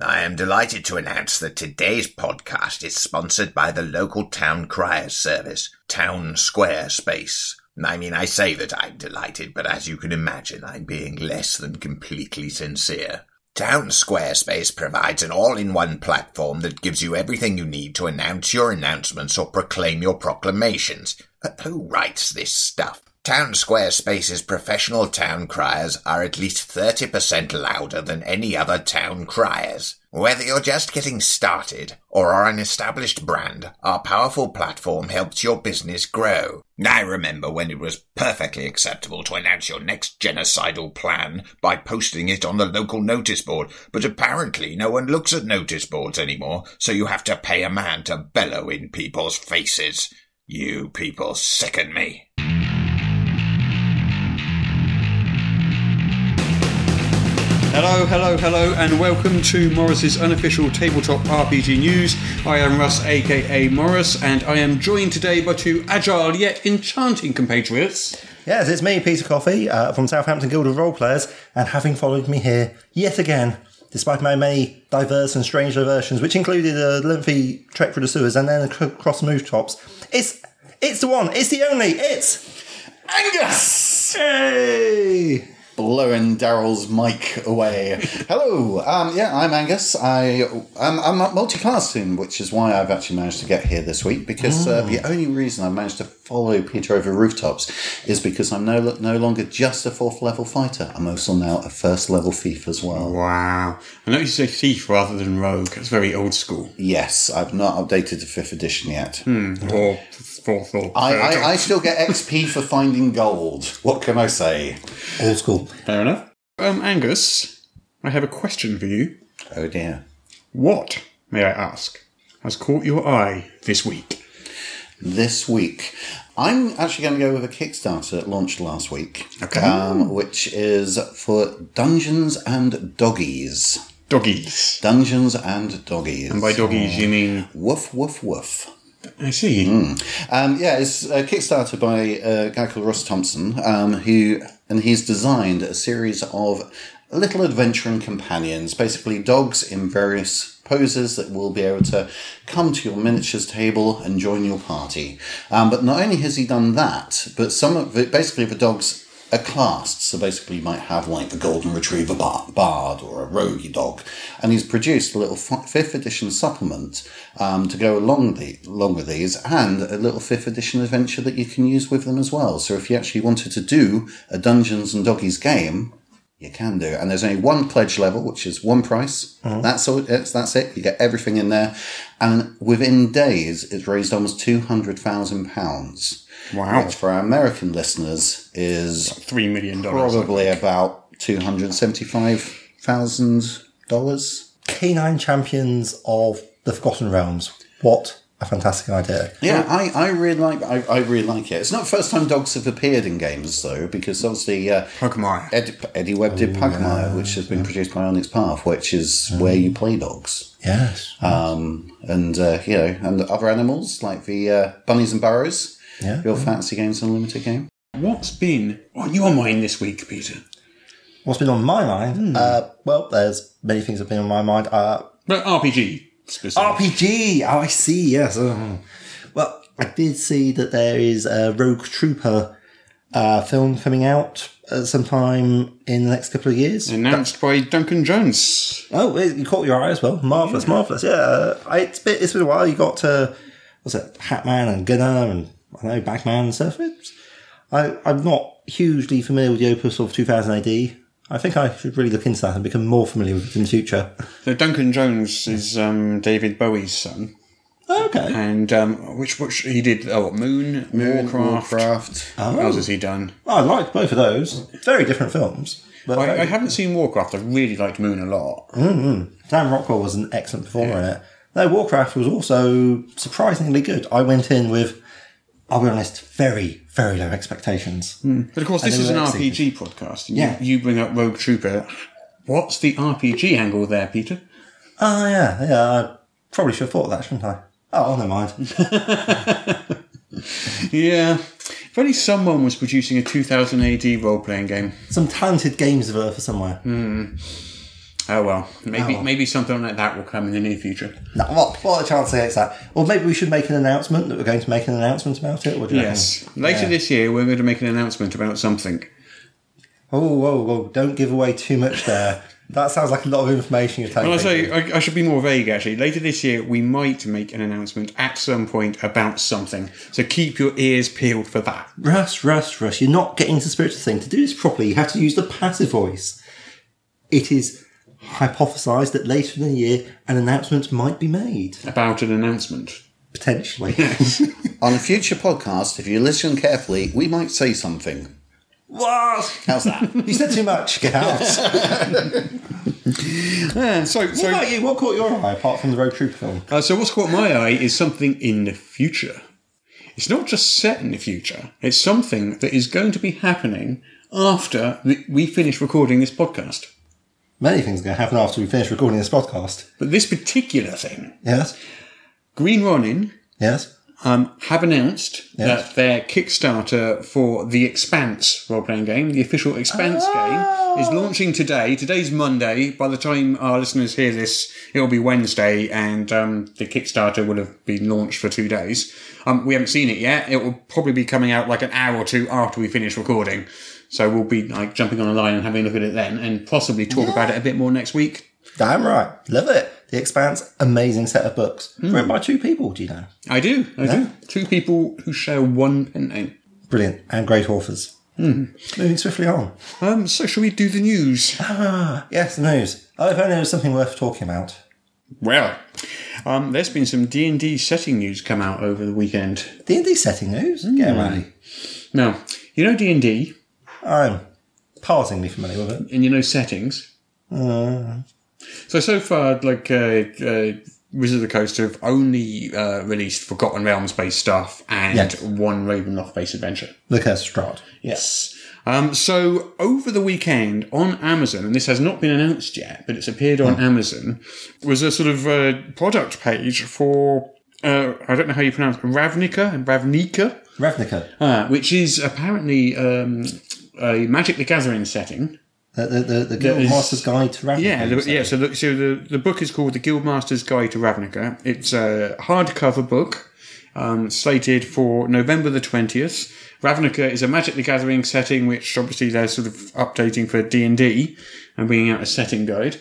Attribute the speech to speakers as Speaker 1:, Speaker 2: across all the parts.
Speaker 1: I am delighted to announce that today's podcast is sponsored by the local town criers service, Town Square Space. I mean, I say that I'm delighted, but as you can imagine, I'm being less than completely sincere. Town Squarespace provides an all-in-one platform that gives you everything you need to announce your announcements or proclaim your proclamations. Who writes this stuff? Town Squarespace's professional town criers are at least 30% louder than any other town criers. Whether you're just getting started or are an established brand, our powerful platform helps your business grow. I remember when it was perfectly acceptable to announce your next genocidal plan by posting it on the local notice board, but apparently no one looks at notice boards anymore, so you have to pay a man to bellow in people's faces. You people sicken me.
Speaker 2: Hello, hello, hello, and welcome to Morris's unofficial tabletop RPG news. I am Russ, aka Morris, and I am joined today by two agile yet enchanting compatriots.
Speaker 3: Yes, it's me, Peter Coffey, uh, from Southampton Guild of Roleplayers, and having followed me here yet again, despite my many diverse and strange diversions, which included a lengthy trek through the sewers and then ac- across rooftops, it's it's the one, it's the only, it's
Speaker 4: Angus!
Speaker 3: hey.
Speaker 4: Blowing Daryl's mic away. Hello, um, yeah, I'm Angus. I, I'm, I'm at multi-classing, which is why I've actually managed to get here this week, because uh,
Speaker 3: Ah.
Speaker 4: the only reason I managed to follow Peter over rooftops is because I'm no, no longer just a fourth level fighter. I'm also now a first level thief as well.
Speaker 2: Wow. I noticed you say thief rather than rogue. That's very old school.
Speaker 4: Yes, I've not updated to fifth edition yet.
Speaker 3: Hmm,
Speaker 2: Or fourth or
Speaker 4: I,
Speaker 2: third.
Speaker 4: I, I still get XP for finding gold. What can I say?
Speaker 3: Old school.
Speaker 2: Fair enough. Um, Angus, I have a question for you.
Speaker 4: Oh dear.
Speaker 2: What, may I ask, has caught your eye this week?
Speaker 4: this week. I'm actually going to go with a Kickstarter that launched last week,
Speaker 2: Okay.
Speaker 4: um, which is for Dungeons and Doggies.
Speaker 2: Doggies.
Speaker 4: Dungeons and Doggies.
Speaker 2: And by doggies, you mean. Hmm.
Speaker 4: Woof, woof, woof.
Speaker 2: I see.
Speaker 4: Um, yeah, it's a Kickstarter by uh, a guy called Ross Thompson, um, who and he's designed a series of little adventuring companions, basically dogs in various poses that will be able to come to your miniatures table and join your party. Um, but not only has he done that, but some of the, basically the dogs are classed. So basically, you might have like the golden retriever bar- bard or a rogue dog, and he's produced a little fi- fifth edition supplement um, to go along the along with these, and a little fifth edition adventure that you can use with them as well. So if you actually wanted to do a Dungeons and Doggies game. You can do, and there's only one pledge level, which is one price. That's all. It's, that's it. You get everything in there, and within days, it's raised almost two hundred thousand pounds.
Speaker 2: Wow.
Speaker 4: Which for our American listeners is
Speaker 2: Three million dollars.
Speaker 4: probably about two hundred seventy-five thousand dollars.
Speaker 3: Canine champions of the Forgotten Realms. What a fantastic idea.
Speaker 4: Yeah, I, I really like I, I really like it. It's not the first time dogs have appeared in games though, because obviously uh,
Speaker 2: Pokemon.
Speaker 4: Ed, Eddie Webb did Pugmire, which has been produced by Onyx Path, which is where you play dogs,
Speaker 3: Yes.
Speaker 4: um, and uh, you know, and other animals like the uh, bunnies and burrows.
Speaker 3: Yeah.
Speaker 4: Your fancy games unlimited game.
Speaker 2: What's been on your mind this week, Peter?
Speaker 3: What's been on my mind? Uh, well, there's many things that have been on my mind. Uh,
Speaker 2: But RPG specifically.
Speaker 3: RPG. Oh, I see. Yes. Oh. Well, I did see that there is a Rogue Trooper uh, film coming out uh, sometime in the next couple of years.
Speaker 2: announced by Duncan Jones.
Speaker 3: Oh, it, you caught your eye as well. Marvelous, marvelous. Yeah, I, it's been it's been a while. You got uh, what's it, Hatman and Gunner and I know Bagman and stuff. It's, I I'm not hugely familiar with the opus of 2000 AD. I think I should really look into that and become more familiar with it in the future.
Speaker 2: So Duncan Jones is um, David Bowie's son,
Speaker 3: Okay.
Speaker 2: and um, which which he did oh what, Moon, Warcraft.
Speaker 4: Warcraft.
Speaker 2: What else has he done?
Speaker 3: Well, I liked both of those. Very different films. But
Speaker 2: I, I haven't seen Warcraft. I really liked Moon a lot.
Speaker 3: Dan Rockwell was an excellent performer in it. No, Warcraft was also surprisingly good. I went in with, I'll be honest, very, very low expectations.
Speaker 2: But of course, this
Speaker 3: And
Speaker 2: is an
Speaker 3: they were
Speaker 2: RPG podcast. and
Speaker 3: Yeah.
Speaker 2: you, you bring up Rogue Trooper. What's the RPG angle there, Peter?
Speaker 3: Oh, yeah, yeah. I probably should have thought of that, shouldn't I? Oh, never mind.
Speaker 2: Yeah, if only someone was producing a 2000 AD role playing game. Hmm.
Speaker 3: Some talented games of Earth for somewhere.
Speaker 2: Oh well, maybe
Speaker 3: Oh.
Speaker 2: maybe something like that will come in the near future.
Speaker 3: No, what, what a chance they get that. Or maybe we should make an announcement that we're going to make an announcement about it. What do you
Speaker 2: Yes.
Speaker 3: reckon?
Speaker 2: Later
Speaker 3: Yeah.
Speaker 2: this year, we're going to make an announcement about something.
Speaker 3: Oh, whoa, whoa! Don't give away too much there. that sounds like a lot of information you're taking.
Speaker 2: Well, I say I, I should be more vague. Actually, later this year, we might make an announcement at some point about something. So keep your ears peeled for that.
Speaker 3: Russ, Russ, Russ, you're not getting to the spirit of the thing. To do this properly, you have to use the passive voice. It is hypothesised that later in the year, an announcement might be made,
Speaker 2: About an announcement.
Speaker 3: potentially.
Speaker 4: On a future podcast, if you listen carefully, we might say something.
Speaker 3: what?
Speaker 4: How's that?
Speaker 3: You said too much. Get out. what
Speaker 2: Yeah. So so
Speaker 3: about you? What caught your eye apart from the Road Trooper film?
Speaker 2: Uh, so what's caught my eye is something in the future. It's not just set in the future. It's something that is going to be happening after th- we finish recording this podcast.
Speaker 3: Many things are going to happen after we finish recording this podcast.
Speaker 2: But this particular thing,
Speaker 3: Yes?
Speaker 2: Green Ronin
Speaker 3: Yes?
Speaker 2: um, have announced
Speaker 3: Yes.
Speaker 2: that their Kickstarter for the Expanse role-playing game, the official Expanse game, is launching today. Today's Monday. By the time our listeners hear this, it'll be Wednesday, and um, the Kickstarter will have been launched for two days. Um, we haven't seen it yet. It will probably be coming out like an hour or two after we finish recording. So we'll be like jumping on a line and having a look at it then, and possibly talk about it a bit more next week.
Speaker 3: Damn right. Love it. The Expanse, amazing set of books. Written by two people, do you know?
Speaker 2: I do. I do. Two people who share one pen name.
Speaker 3: Brilliant. And great authors. Moving swiftly on.
Speaker 2: Um, so shall we do the news?
Speaker 3: Ah, Yes, the news. Oh, if only there was something worth talking about.
Speaker 2: Well, um, there's been some D and D setting news come out over the weekend.
Speaker 3: D and D setting news.
Speaker 2: Hmm.
Speaker 3: Get ready.
Speaker 2: Now, you know D and D,
Speaker 3: I'm passingly familiar with it.
Speaker 2: and you know settings. So so far, like uh, uh, Wizard of the Coast have only uh, released Forgotten Realms based stuff and
Speaker 3: Yes.
Speaker 2: one Ravenloft based adventure.
Speaker 3: The Curse of Strahd.
Speaker 2: Yes. Um, so over the weekend on Amazon, and this has not been announced yet, but it's appeared on Amazon, was a sort of uh, product page for uh, I don't know how you pronounce it, Ravnica and Ravnica,
Speaker 3: Ravnica.
Speaker 2: uh, which is apparently um, a Magic the Gathering setting.
Speaker 3: The, the, the, the Guild
Speaker 2: is-
Speaker 3: Master's Guide to Ravnica.
Speaker 2: Yeah,
Speaker 3: you
Speaker 2: the,
Speaker 3: say.
Speaker 2: yeah. So, the, so the, the book is called The Guildmaster's Guide to Ravnica. It's a hardcover book um, slated for November the 20th. Ravnica is a Magic the Gathering setting, which obviously they're sort of updating for D&D and bringing out a setting guide.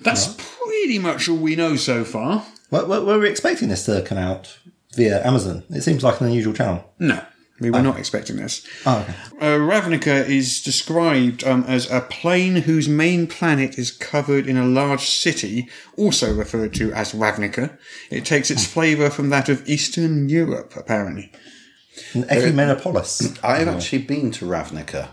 Speaker 2: That's pretty much all we know so far.
Speaker 3: Were, were, were we expecting this to come out via Amazon? It seems like an unusual channel.
Speaker 2: No, Uh, we were not expecting this.
Speaker 3: Oh, okay.
Speaker 2: Uh, Ravnica is described um, as a plain whose main planet is covered in a large city, also referred to as Ravnica. It takes its flavour from that of Eastern Europe, apparently.
Speaker 3: An Ecumenopolis
Speaker 4: I've actually been to Ravnica.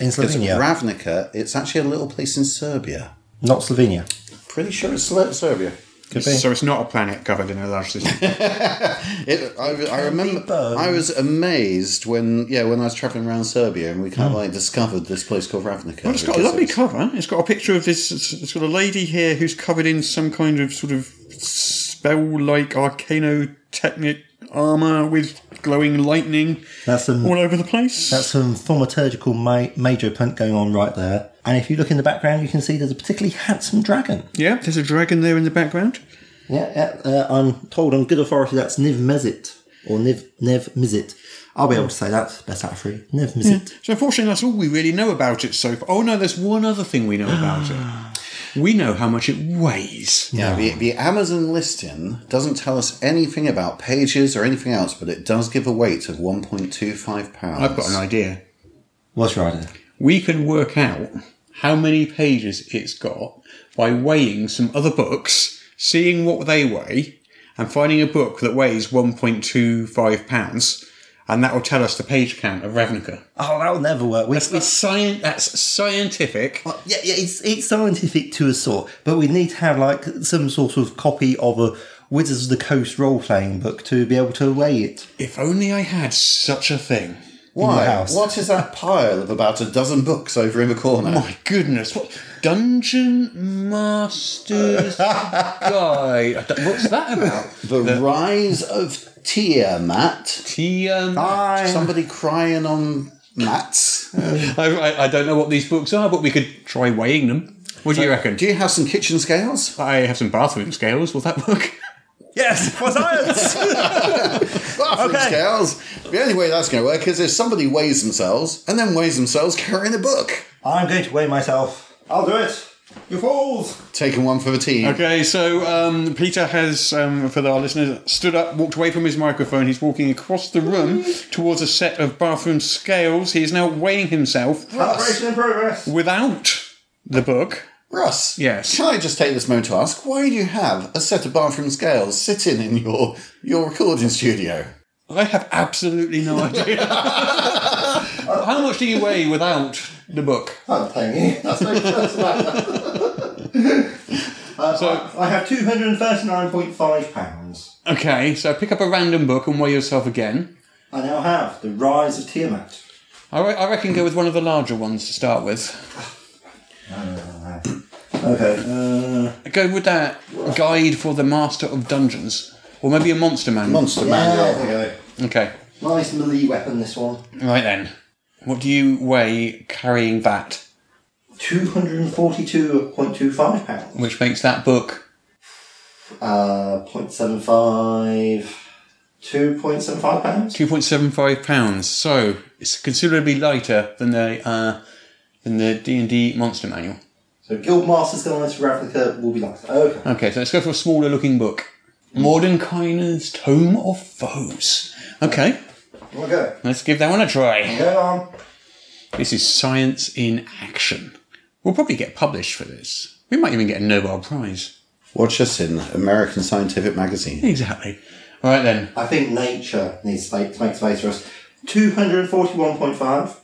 Speaker 3: in
Speaker 4: Because
Speaker 3: Slovenia.
Speaker 4: Ravnica, it's actually a little place in Serbia.
Speaker 3: not Slovenia.
Speaker 4: Pretty sure it's Slo- Serbia.
Speaker 3: Could be.
Speaker 2: So it's not a planet covered in a large city.
Speaker 4: It, I, I remember.
Speaker 3: both.
Speaker 4: I was amazed when yeah when I was traveling around Serbia and we kind of like discovered this place called Ravnica.
Speaker 2: Hmm. it's got a
Speaker 4: because
Speaker 2: lovely
Speaker 4: it was-
Speaker 2: cover. It's got a picture of this. It's got a lady here who's covered in some kind of sort of spell-like arcanotechnic armour with glowing lightning
Speaker 3: That's some
Speaker 2: all over the place.
Speaker 3: That's some thaumaturgical ma- major punt going on right there. And if you look in the background, you can see there's a particularly handsome dragon.
Speaker 2: yeah, there's a dragon there in the background.
Speaker 3: Yeah, yeah uh, I'm told on good authority that's Niv Mezzit or Niv Nev Mizzet. I'll be able to say that best out of three. Niv Mizzet.
Speaker 2: So unfortunately, that's all we really know about it so far. Oh no, there's one other thing we know about it. We know how much it weighs.
Speaker 4: Yeah, the, the Amazon listing doesn't tell us anything about pages or anything else, but it does give a weight of 1.25 pounds.
Speaker 2: I've got an idea.
Speaker 3: What's right there?
Speaker 2: We can work out how many pages it's got by weighing some other books, seeing what they weigh, and finding a book that weighs 1.25 pounds, and that will tell us the page count of Ravnica.
Speaker 3: Oh, that'll never work. We,
Speaker 2: That's, that's, scien- that's scientific.
Speaker 3: we- yeah, yeah, it's it's scientific to a sort, but we need to have like some sort of copy of a Wizards of the Coast role playing book to be able to weigh it.
Speaker 2: If only I had such a thing.
Speaker 4: Why?
Speaker 3: your house.
Speaker 4: What is that pile of about a dozen books over in the corner?
Speaker 2: My goodness, what Dungeon Master's guy? I don't- What's that about?
Speaker 4: the, Rise of Tiamat.
Speaker 2: TM.
Speaker 4: Somebody crying on mats.
Speaker 2: I, I, I don't know what these books are, but we could try weighing them. What do you reckon?
Speaker 4: Do you have some kitchen scales?
Speaker 2: I have some bathroom scales. Will that work?
Speaker 3: Yes, for science.
Speaker 4: Bathroom
Speaker 3: Okay.
Speaker 4: scales. The only way that's going to work is if somebody weighs themselves and then weighs themselves carrying a book.
Speaker 3: I'm going to weigh myself. I'll do it. You fools!
Speaker 4: Taking one for the team.
Speaker 2: Okay, so um, Peter has, um, for our listeners, stood up, walked away from his microphone. He's walking across the room towards a set of bathroom scales. He is now weighing himself
Speaker 3: Operation in progress.
Speaker 2: without the book.
Speaker 4: Russ.
Speaker 2: Yes.
Speaker 4: Can I just take this moment to ask why do you have a set of bathroom scales sitting in your your recording studio?
Speaker 2: I have absolutely no idea. How much do you weigh without the book?
Speaker 3: I'm playing you. That's no chance
Speaker 2: So,
Speaker 3: I have 239.5 pounds.
Speaker 2: okay, so pick up a random book and weigh yourself again.
Speaker 3: I now have The Rise of Tiamat.
Speaker 2: I, re- I reckon go with one of the larger ones to start with.
Speaker 3: Okay. Uh,
Speaker 2: Go with that guide for the Master of Dungeons. Or maybe a Monster Man.
Speaker 4: Monster
Speaker 3: yeah,
Speaker 4: Manual.
Speaker 3: there
Speaker 2: okay.
Speaker 3: we go. Nice melee weapon, this one.
Speaker 2: Right then. What do you weigh carrying that?
Speaker 3: 242.25 pounds.
Speaker 2: Which makes that book.
Speaker 3: Uh, 0.75... 2.75 pounds?
Speaker 2: 2.75 pounds. So it's considerably lighter than the uh, than the D&D monster manual.
Speaker 3: So Guildmaster's Guide to Ravnica will be like Okay.
Speaker 2: Okay, so let's go for a smaller looking book. Mordenkainen's Tome of Foes. Okay,
Speaker 3: We'll go.
Speaker 2: let's give that one a try.
Speaker 3: Go on.
Speaker 2: This is Science in Action. We'll probably get published for this. We might even get a Nobel Prize.
Speaker 4: Watch us in American Scientific Magazine.
Speaker 2: Exactly. All right then.
Speaker 3: I think nature needs space to make space for us. 241.5.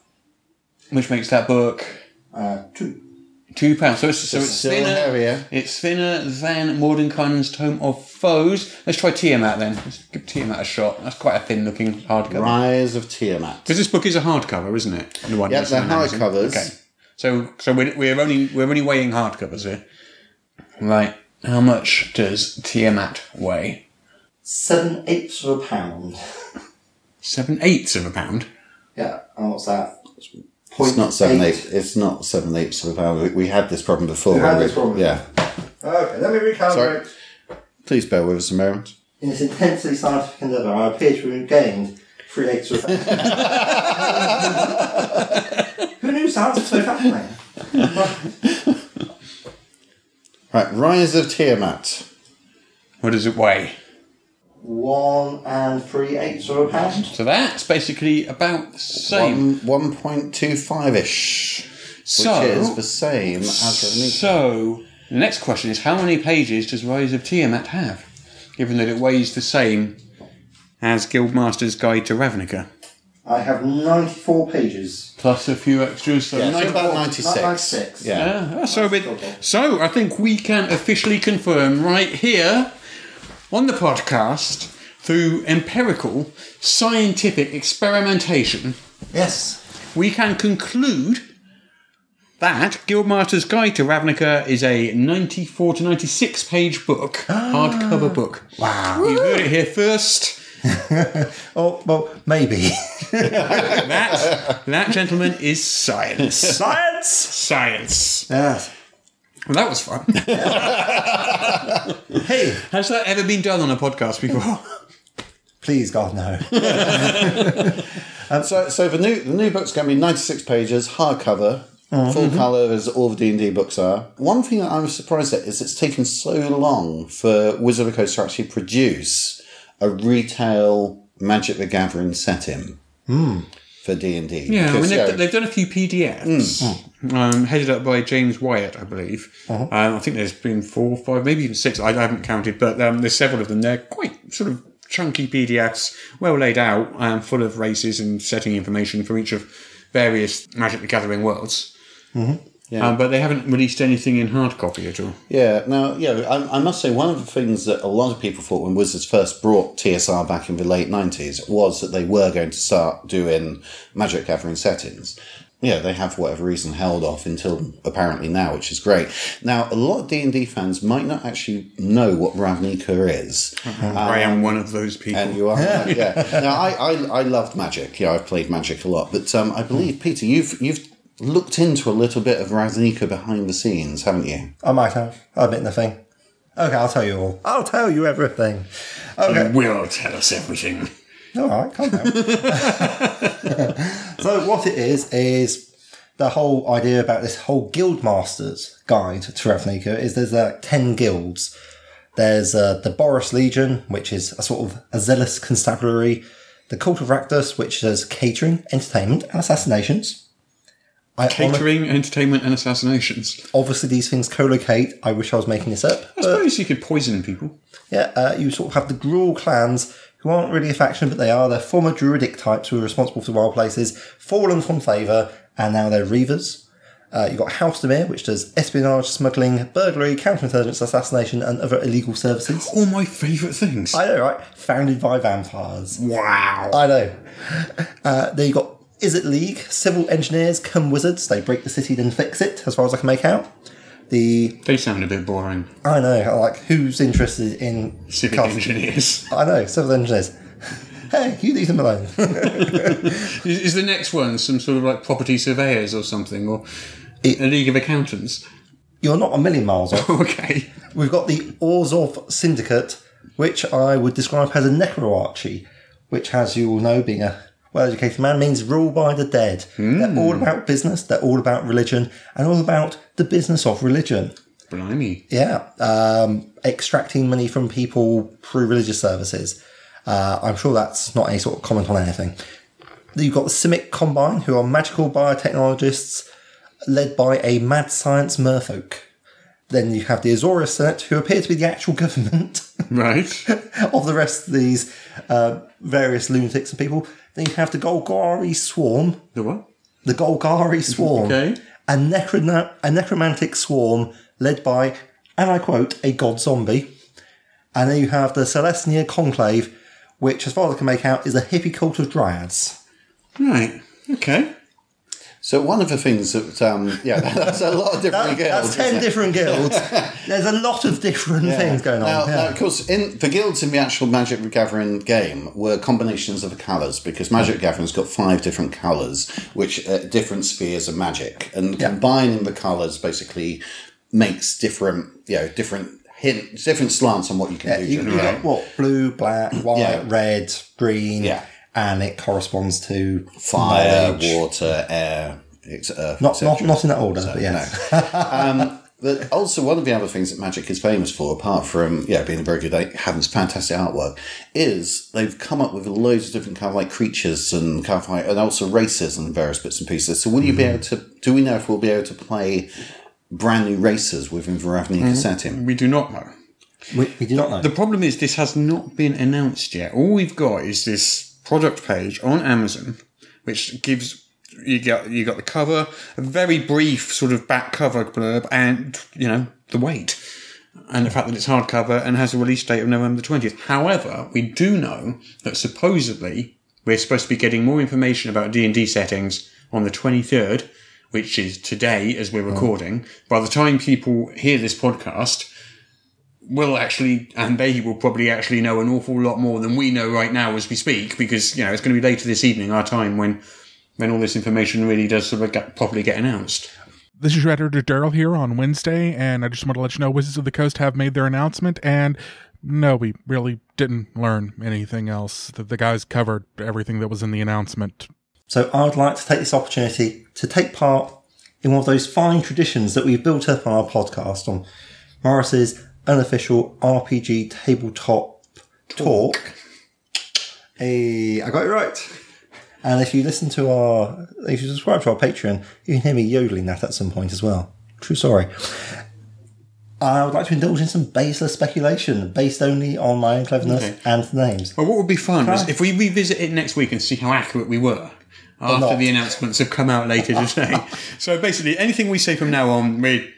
Speaker 2: Which makes that book
Speaker 3: Uh, two.
Speaker 2: two pounds. So it's, so it's
Speaker 4: still
Speaker 2: thinner.
Speaker 4: heavier.
Speaker 2: It's thinner than Mordenkainen's Tome of Foes. Let's try Tiamat then. Let's give Tiamat a shot. That's quite a thin looking hardcover.
Speaker 4: Rise of Tiamat.
Speaker 2: Because this book is a hardcover, isn't it? The one
Speaker 4: Yeah,
Speaker 2: that's
Speaker 4: they're
Speaker 2: on Amazon.
Speaker 4: hardcovers.
Speaker 2: Okay. So, so we're, we're only we're only weighing hardcovers here. Right. How much does Tiamat weigh?
Speaker 3: Seven eighths of a pound.
Speaker 2: Seven eighths of a pound.
Speaker 3: Yeah, and what's that?
Speaker 4: It's not seven eight.
Speaker 3: 0.8.
Speaker 4: It's not seven eighths of a pound. We, we had this problem before.
Speaker 3: We had
Speaker 4: when
Speaker 3: this problem.
Speaker 4: Yeah.
Speaker 3: Okay, let me recalibrate.
Speaker 4: Sorry. Please bear with us a moment.
Speaker 3: In this intensely scientific endeavour, I appear to have gained three eighths of a pound. Who knew science was so fascinating?
Speaker 4: Right, Rise of Tiamat.
Speaker 2: What does it weigh?
Speaker 3: One and three eighths of a pound.
Speaker 2: So that's basically about the same.
Speaker 4: One one point two five ish, which
Speaker 2: so
Speaker 4: is the same as
Speaker 2: So, the next question is how many pages does Rise of Tiamat have, given that it weighs the same as Guildmaster's Guide to Ravnica?
Speaker 3: I have 94 pages.
Speaker 2: Plus a few extras, so
Speaker 4: yeah, so
Speaker 2: 94.
Speaker 4: about ninety six.
Speaker 3: 96.
Speaker 4: Yeah.
Speaker 2: Uh, so, with- so, I think we can officially confirm right here on the podcast through empirical scientific experimentation
Speaker 3: Yes.
Speaker 2: we can conclude that Guildmaster's Guide to Ravnica is a 94 to 96 page book, hardcover book. Wow. You heard it here first.
Speaker 3: Oh, well, maybe.
Speaker 2: That, that gentleman, is science.
Speaker 3: Science!
Speaker 2: Science.
Speaker 3: Yes.
Speaker 2: Well, that was fun.
Speaker 3: Hey,
Speaker 2: Has that ever been done on a podcast before?
Speaker 3: please, God, no.
Speaker 4: So, so the new the new book's going to be ninety six pages, hardcover, full color, as all the D and D books are. One thing that I was surprised at is it's taken so long for Wizard of the Coast to actually produce a retail Magic the Gathering setting for D and D.
Speaker 2: Yeah, I mean, they've, they've done a few PDFs, um, headed up by James Wyatt, I believe. Um, I think there's been four, five, maybe even six. I, I haven't counted, but um, there's several of them. They're quite sort of chunky PDFs, well laid out, um, full of races and setting information for each of various Magic the Gathering worlds. Mm-hmm. Um, but they haven't released anything in hard copy at all.
Speaker 4: Yeah, now, yeah, I, I must say, one of the things that a lot of people thought when Wizards first brought TSR back in the late 90s was that they were going to start doing Magic Gathering settings. Yeah, they have, for whatever reason, held off until apparently now, which is great. Now, a lot of D&D fans might not actually know what Ravnica is. Uh,
Speaker 2: I am one of those people.
Speaker 4: And you are, yeah. Now, I, I, I loved Magic. Yeah, I've played Magic a lot, but um, I believe Peter, you've you've looked into a little bit of Ravnica behind the scenes, haven't you?
Speaker 3: I might have. I'll admit nothing. Okay, I'll tell you all. I'll tell you everything.
Speaker 5: You will tell us everything.
Speaker 3: All right, calm down. so what it is is the whole idea about this whole guild masters guide to Ravnica is there's like ten guilds. There's uh, the Boris Legion, which is a sort of a zealous constabulary. The Cult of Rakdos, which does catering, entertainment, and assassinations. I hon-
Speaker 2: Catering, entertainment, and assassinations.
Speaker 3: obviously these things co-locate. I wish I was making this up.
Speaker 2: I suppose you could poison people.
Speaker 3: Yeah, uh, you sort of have the Gruul clans, who aren't really a faction, but they are. They're former druidic types who are responsible for the wild places, fallen from favour, and now they're reavers. Uh, you've got House Demir, which does espionage, smuggling, burglary, counterintelligence, assassination, and other illegal services.
Speaker 2: All my favourite things.
Speaker 3: I know, right? Founded by vampires.
Speaker 5: Wow.
Speaker 3: I know. Uh, then you got Is It League? Civil engineers come wizards. They break the city, then fix it, as far as I can make out. The
Speaker 2: they sound a bit boring.
Speaker 3: I know, like who's interested in
Speaker 5: Civic
Speaker 3: cast-
Speaker 5: engineers.
Speaker 3: I know, civil engineers. Hey, you leave them alone.
Speaker 2: Is, is the next one some sort of like property surveyors or something, or a league of accountants?
Speaker 3: You're not a million miles off.
Speaker 2: Okay.
Speaker 3: We've got the Orzov Syndicate, which I would describe as a necroarchy, which, as you all know, being a well educated man, means rule by the dead. They're all about business, they're all about religion, and all about the business of religion.
Speaker 2: Blimey.
Speaker 3: Yeah, um, extracting money from people through religious services. Uh, I'm sure that's not any sort of comment on anything. You've got the Simic Combine, who are magical biotechnologists led by a mad science merfolk. Then you have the Azorius Senate, who appear to be the actual government
Speaker 2: Right.
Speaker 3: of the rest of these uh, various lunatics and people. Then you have the Golgari Swarm,
Speaker 2: the what?
Speaker 3: the Golgari Swarm,
Speaker 2: Okay.
Speaker 3: a, necrona- a necromantic swarm led by, and I quote, a god zombie. And then you have the Celestia Conclave, which, as far as I can make out, is a hippie cult of dryads.
Speaker 2: Right. Okay.
Speaker 4: So one of the things that, um, yeah, that's a lot of different
Speaker 3: That's
Speaker 4: guilds. isn't
Speaker 3: ten
Speaker 4: it?
Speaker 3: different guilds. There's a lot of different things going on.
Speaker 4: Now,
Speaker 3: yeah.
Speaker 4: now, of course, in the guilds in the actual Magic the Gathering game were combinations of the colours because Magic the Gathering's got five different colours, which uh, different spheres of magic, and combining the colours basically makes different, you know, different hint, different slants on what you can do.
Speaker 3: you,
Speaker 4: during
Speaker 3: you
Speaker 4: the
Speaker 3: got
Speaker 4: game.
Speaker 3: what blue, black, white,
Speaker 4: Yeah.
Speaker 3: red, green,
Speaker 4: Yeah.
Speaker 3: and it corresponds to
Speaker 4: Fire,
Speaker 3: knowledge.
Speaker 4: water, air, it's earth,
Speaker 3: Not, not
Speaker 4: etc..
Speaker 3: not in that order, but yeah.
Speaker 4: But also, one of the other things that Magic is famous for, apart from yeah being very good, at having fantastic artwork, is they've come up with loads of different kind of like creatures and kind of like, and also races and various bits and pieces. So, will you be able to? Do we know if we'll be able to play brand new races within the Ravnica setting?
Speaker 2: We do not know.
Speaker 3: We, we do not know.
Speaker 2: The problem is this has not been announced yet. All we've got is this product page on Amazon, which gives you got you got the cover, a very brief sort of back cover blurb, and you know the weight, and the fact that it's hardcover and has a release date of November twentieth. However, we do know that supposedly we're supposed to be getting more information about D and D settings on the twenty third, which is today as we're recording. By the time people hear this podcast will actually, and they will probably actually know an awful lot more than we know right now as we speak, because you know it's going to be later this evening, our time when when all this information really does sort of get, properly get announced.
Speaker 6: This is your editor Daryl here on Wednesday, and I just want to let you know Wizards of the Coast have made their announcement, and no, we really didn't learn anything else. The, the guys covered everything that was in the announcement.
Speaker 3: So I would like to take this opportunity to take part in one of those fine traditions that we've built up on our podcast on Morris's unofficial RPG tabletop talk. Hey, I got it right. And if you listen to our, if you subscribe to our Patreon, you can hear me yodeling that at some point as well. True story. I would like to indulge in some baseless speculation based only on my own cleverness
Speaker 2: Okay.
Speaker 3: and the names.
Speaker 2: But what would be fun is if we revisit it next week and see how accurate we were after
Speaker 3: not.
Speaker 2: the announcements have come out later today. so basically, anything we say from now on, we're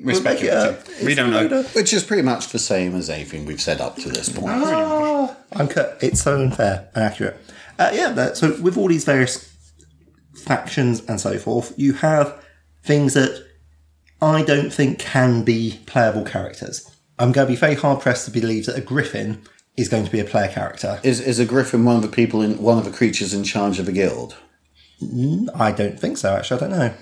Speaker 2: we're
Speaker 3: Make it up.
Speaker 2: speculating. We don't know.
Speaker 4: Which is pretty much the same as anything we've said up to this point.
Speaker 3: I'm cut. It's so unfair and accurate. Uh, yeah, that, so with all these various factions and so forth, you have things that I don't think can be playable characters. I'm going to be very hard pressed to believe that a griffin is going to be a player character.
Speaker 4: Is is a griffin one of the people in one of the creatures in charge of a guild?
Speaker 3: Mm, I don't think so. Actually, I don't know.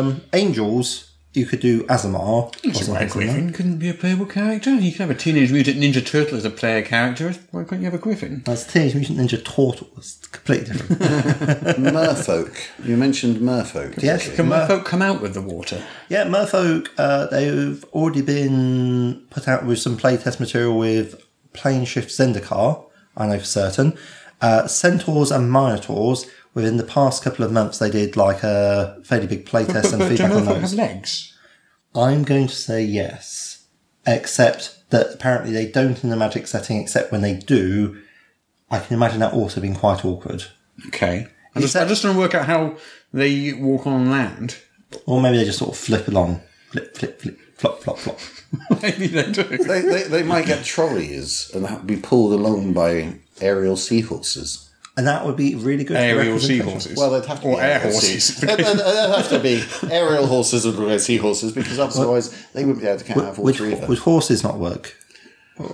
Speaker 3: Um, Angels, you could do Azamar. or something
Speaker 5: Right,
Speaker 3: like that.
Speaker 5: Griffin.
Speaker 2: Couldn't be a playable character. You could have a Teenage Mutant Ninja Turtle as a player character. Why couldn't you have a Griffin?
Speaker 3: That's Teenage Mutant Ninja Turtle. It's completely different.
Speaker 4: Merfolk. You mentioned Merfolk.
Speaker 3: yes,
Speaker 4: didn't you?
Speaker 2: Can
Speaker 3: Mur-
Speaker 2: my folk come out with the water?
Speaker 3: yeah, Merfolk. Uh, they've already been put out with some playtest material with Plane Shift Zendikar. I know for certain. Uh, Centaurs and Minotaurs. Within the past couple of months, they did like a fairly big
Speaker 2: But,
Speaker 3: playtest and
Speaker 2: but do
Speaker 3: feedback on
Speaker 2: merfolk
Speaker 3: those.
Speaker 2: have legs?
Speaker 3: I'm going to say yes, except that apparently they don't in the magic setting, except when they do. I can imagine that also being quite awkward.
Speaker 2: Okay. I just,
Speaker 3: that-
Speaker 2: I just want to work out how they walk on land.
Speaker 3: Or maybe they just sort of flip along. Flip, flip, flip, flop, flop, flop.
Speaker 2: Maybe they do.
Speaker 4: They, they, they might get trolleys and have- be pulled along by aerial seahorses.
Speaker 3: And that would be really good. for
Speaker 2: Aerial
Speaker 3: representation.
Speaker 2: seahorses.
Speaker 4: Well, they'd have to
Speaker 2: or
Speaker 4: be
Speaker 2: air
Speaker 4: aerial
Speaker 2: horses.
Speaker 4: sea- they'd, they'd- they'd have to be aerial horses and aerial seahorses because otherwise they wouldn't be able to count have all
Speaker 3: Would,
Speaker 4: three of them.
Speaker 3: would horses not work?
Speaker 4: no,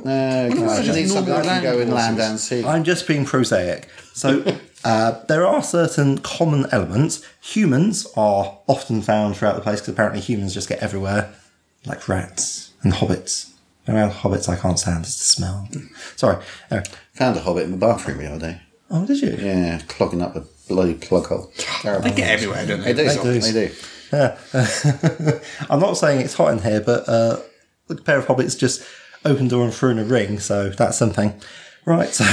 Speaker 4: no,
Speaker 2: about
Speaker 4: you need
Speaker 2: just
Speaker 4: something
Speaker 2: normal
Speaker 4: that can go
Speaker 2: land
Speaker 4: in land
Speaker 2: horses?
Speaker 4: and sea.
Speaker 3: I'm just being prosaic. So uh, there are certain common elements. Humans are often found throughout the place because apparently humans just get everywhere, like rats and hobbits. Around hobbits, I can't stand it's the smell. Sorry. Anyway.
Speaker 4: Found a hobbit in the bathroom the other day.
Speaker 3: Oh, did you?
Speaker 4: Yeah, clogging up a bloody plug hole. Terrible.
Speaker 2: They get everywhere, don't
Speaker 4: They
Speaker 2: they?
Speaker 4: do.
Speaker 3: do.
Speaker 4: They do.
Speaker 3: I'm not saying it's hot in here, but uh, a pair of hobbits just opened door and threw in a ring, so that's something. Right, so.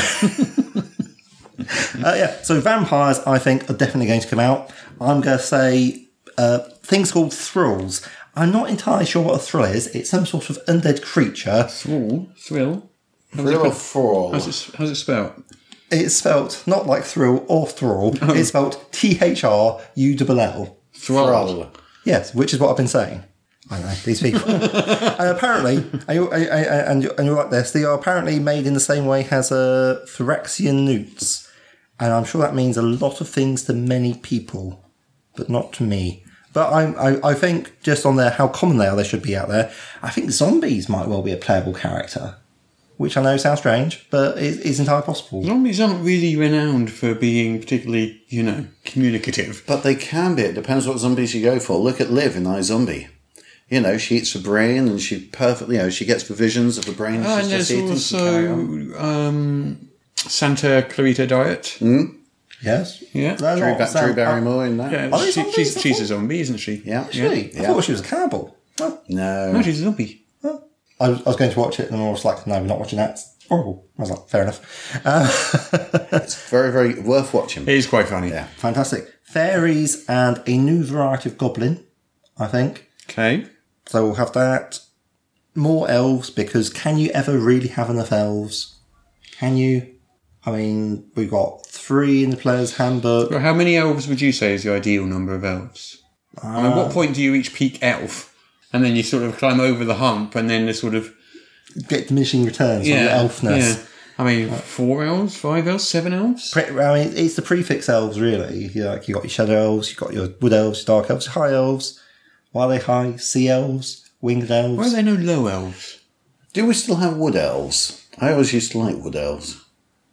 Speaker 3: uh, yeah, so vampires, I think, are definitely going to come out. I'm going to say uh, things called thrills. I'm not entirely sure what a thrill is. It's some sort of undead creature.
Speaker 2: Thrill. Thrill.
Speaker 4: Thrill or frawl.
Speaker 2: How's it, how's it spelled?
Speaker 3: It's spelt not like thrill or thrall. It's spelt T H R U L L.
Speaker 4: Thrall.
Speaker 3: Yes, which is what I've been saying. I know these people. and apparently, and you're, and you're- and you're, and you're like this. They are apparently made in the same way as uh, Phyrexian newts, and I'm sure that means a lot of things to many people, but not to me. But I, I, I think just on there how common they are, they should be out there. I think zombies might well be a playable character, which I know sounds strange, but is, is entirely possible.
Speaker 2: Zombies aren't really renowned for being particularly, you know, communicative.
Speaker 4: But they can be. It depends what zombies you go for. Look at Liv in iZombie. You know, she eats a brain and she perfectly, you know, she gets the visions of the brain
Speaker 2: Ah,
Speaker 4: she's
Speaker 2: and
Speaker 4: just
Speaker 2: there's
Speaker 4: eating. She carry
Speaker 2: also
Speaker 4: on.
Speaker 2: um, Santa Clarita Diet.
Speaker 3: Yes.
Speaker 2: Yeah.
Speaker 3: They're
Speaker 4: Drew,
Speaker 3: not
Speaker 4: Ba- Drew
Speaker 3: sound-
Speaker 4: Barrymore in that.
Speaker 2: Yeah,
Speaker 3: Are they
Speaker 2: she,
Speaker 3: zombies?
Speaker 2: she's, she's a zombie, isn't she?
Speaker 4: Yeah.
Speaker 3: Oh, actually, I
Speaker 4: Yeah.
Speaker 3: thought she was a cannibal. Well,
Speaker 4: No.
Speaker 2: No, she's a zombie.
Speaker 3: I was, I was going to watch it, and I was like, no, we're not watching that. It's horrible. I was like, fair enough. Uh,
Speaker 4: It's very, very worth watching.
Speaker 2: It is quite funny.
Speaker 4: Yeah.
Speaker 3: fantastic. Fairies and a new variety of goblin, I think.
Speaker 2: Okay.
Speaker 3: So we'll have that. More elves, because can you ever really have enough elves? Can you? I mean, we've got three in the player's handbook.
Speaker 2: But how many elves would you say is the ideal number of elves? I mean, at
Speaker 3: Uh,
Speaker 2: what point do you reach peak elf? And then you sort of climb over the hump, and then the sort of
Speaker 3: Get diminishing returns
Speaker 2: yeah,
Speaker 3: on the elfness. Uh,
Speaker 2: yeah. I mean, four elves, five elves, seven elves.
Speaker 3: Pre- I mean, it's the prefix elves, really. You know, like you got your shadow elves, you got your wood elves, your dark elves, high elves. Why are they high? Sea elves, winged elves.
Speaker 2: Why are there no low elves?
Speaker 4: Do we still have wood elves? I always used to like wood elves.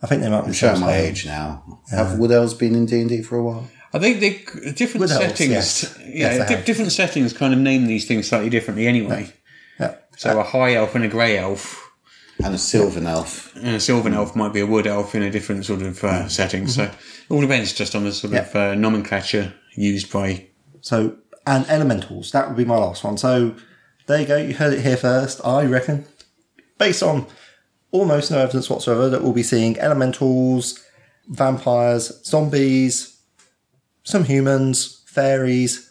Speaker 3: I think they might be
Speaker 4: I'm showing my
Speaker 3: sometimes.
Speaker 4: age now. Have wood elves been in D&D for a while?
Speaker 2: I think they different
Speaker 3: With elves,
Speaker 2: settings.
Speaker 3: yes.
Speaker 2: Yeah,
Speaker 3: Yes, they
Speaker 2: di-
Speaker 3: have.
Speaker 2: different settings kind of name these things slightly differently. Anyway,
Speaker 3: Yeah.
Speaker 2: so a high elf and a grey elf,
Speaker 4: And a sylvan elf.
Speaker 2: and a sylvan elf might be a wood elf in a different sort of
Speaker 3: Mm.
Speaker 2: uh, setting. So it
Speaker 3: Mm-hmm.
Speaker 2: all depends just on the sort of uh, nomenclature used by.
Speaker 3: So, and elementals. That would be my last one. So, there you go. You heard it here first. I reckon, based on almost no evidence whatsoever, that we'll be seeing elementals, vampires, zombies, some humans, fairies,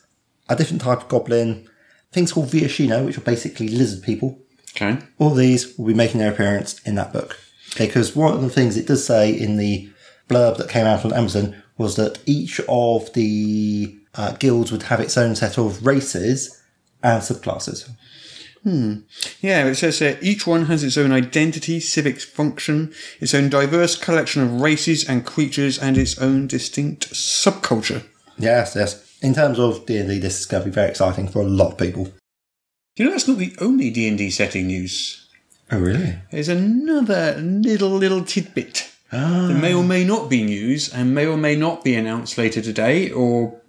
Speaker 3: a different type of goblin, things called Viashino, which are basically lizard people.
Speaker 2: Okay.
Speaker 3: All these will be making their appearance in that book. Because one of the things it does say in the blurb that came out on Amazon was that each of the uh, guilds would have its own set of races and subclasses.
Speaker 2: Yeah, it says here each one has its own identity, civic function, its own diverse collection of races and creatures, and its own distinct subculture.
Speaker 3: Yes, yes. In terms of D&D, this is going to be very exciting for a lot of people.
Speaker 2: You know, that's not the only D and D setting news.
Speaker 3: Oh, really?
Speaker 2: There's another little little tidbit. that may or may not be news and may or may not be announced later today or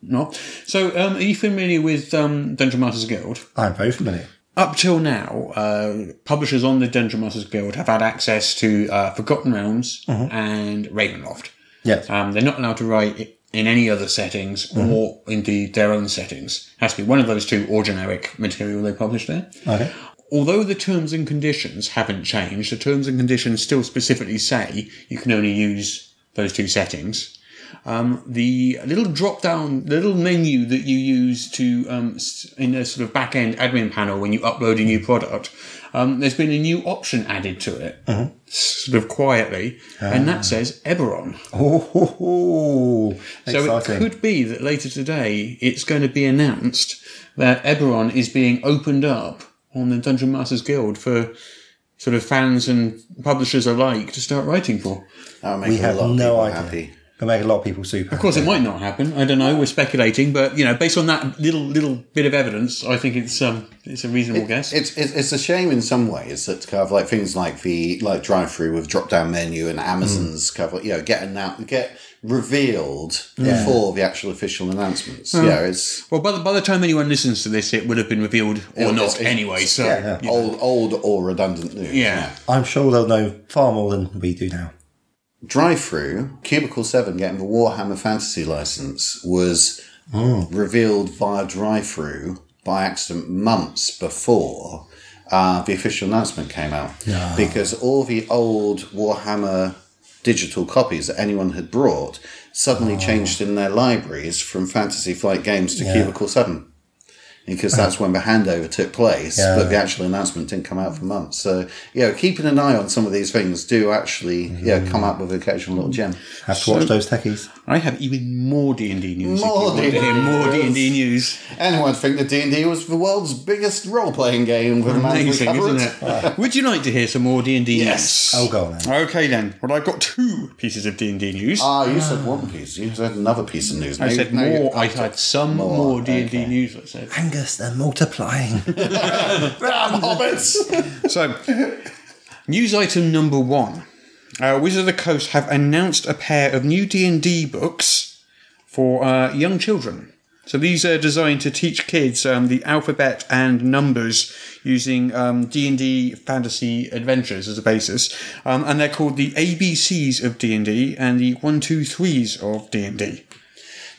Speaker 2: not. So, um, are you familiar with um, Dungeon Masters Guild?
Speaker 3: I'm very familiar.
Speaker 2: Up till now, uh, publishers on the Dungeon Masters Guild have had access to uh, Forgotten Realms and Ravenloft.
Speaker 3: Yes.
Speaker 2: Um, they're not allowed to write i- in any other settings or indeed their own settings. It has to be one of those two or generic material they publish there.
Speaker 3: okay.
Speaker 2: Although the terms and conditions haven't changed, the terms and conditions still specifically say you can only use those two settings. Um, the little drop down, the little menu that you use to um, s- in a sort of back end admin panel when you upload a new product, um, there's been a new option added to it, sort of quietly, and that says Eberron.
Speaker 3: Oh, ho, ho.
Speaker 2: So it
Speaker 3: Exciting.
Speaker 2: could be that later today it's going to be announced that Eberron is being opened up on the Dungeon Masters Guild for sort of fans and publishers alike to start writing for.
Speaker 4: That would make
Speaker 3: we
Speaker 4: a
Speaker 3: have
Speaker 4: lot of
Speaker 3: no
Speaker 4: people
Speaker 3: idea.
Speaker 4: happy.
Speaker 3: It'll make a lot of people super.
Speaker 2: Of course, it might not happen. I don't know. We're speculating, but you know, based on that little little bit of evidence, I think it's um it's a reasonable guess.
Speaker 4: It's, it's it's a shame in some ways that kind of like things like the like drive through with drop down menu and
Speaker 2: Mm.
Speaker 4: Amazon's kind of like, you know get announced get revealed before the actual official announcements. Yeah, it's
Speaker 2: well, by the, by the time anyone listens to this, it would have been revealed or
Speaker 4: It's-
Speaker 2: not
Speaker 4: it's-
Speaker 2: anyway. So
Speaker 3: yeah,
Speaker 2: you know,
Speaker 4: old old or redundant news.
Speaker 2: yeah.
Speaker 3: I'm sure they'll know far more than we do now.
Speaker 4: Drive through Cubicle Seven getting the Warhammer Fantasy license was revealed via drive through by accident months before uh, the official announcement came out because all the old Warhammer digital copies that anyone had brought suddenly changed in their libraries from Fantasy Flight Games to Cubicle Seven. Because that's when the handover took place,
Speaker 3: Yeah.
Speaker 4: but the actual announcement didn't come out for months. So, you know, keeping an eye on some of these things do actually, yeah, come up with an occasional little gem.
Speaker 3: Have to watch those techies.
Speaker 2: I have even more D and D news. if you
Speaker 4: More
Speaker 2: want to hear
Speaker 4: D&D
Speaker 2: more D
Speaker 4: news.
Speaker 2: and D news.
Speaker 4: Anyone think that D and D was the world's biggest role playing game with
Speaker 2: Amazing,
Speaker 4: amazing,
Speaker 2: isn't it? Would you like to hear some more D and D
Speaker 4: Yes.
Speaker 3: Oh, go on then.
Speaker 2: Okay then. Well, I've got two pieces of D and D news.
Speaker 4: Ah, you said one piece. You said another piece of news.
Speaker 2: I
Speaker 4: Now
Speaker 2: said
Speaker 4: you- now you-
Speaker 2: more. I had some
Speaker 4: More,
Speaker 2: more D and D
Speaker 4: okay.
Speaker 2: news. I said.
Speaker 3: Angus, they're multiplying.
Speaker 4: Damn hobbits!
Speaker 2: So, news item number one: uh, Wizard of the Coast have announced a pair of new D and D books for uh, young children. So these are designed to teach kids um, the alphabet and numbers using um, D&D fantasy adventures as a basis. Um, and they're called the ABCs of D&D and the 1-2-3s of D&D.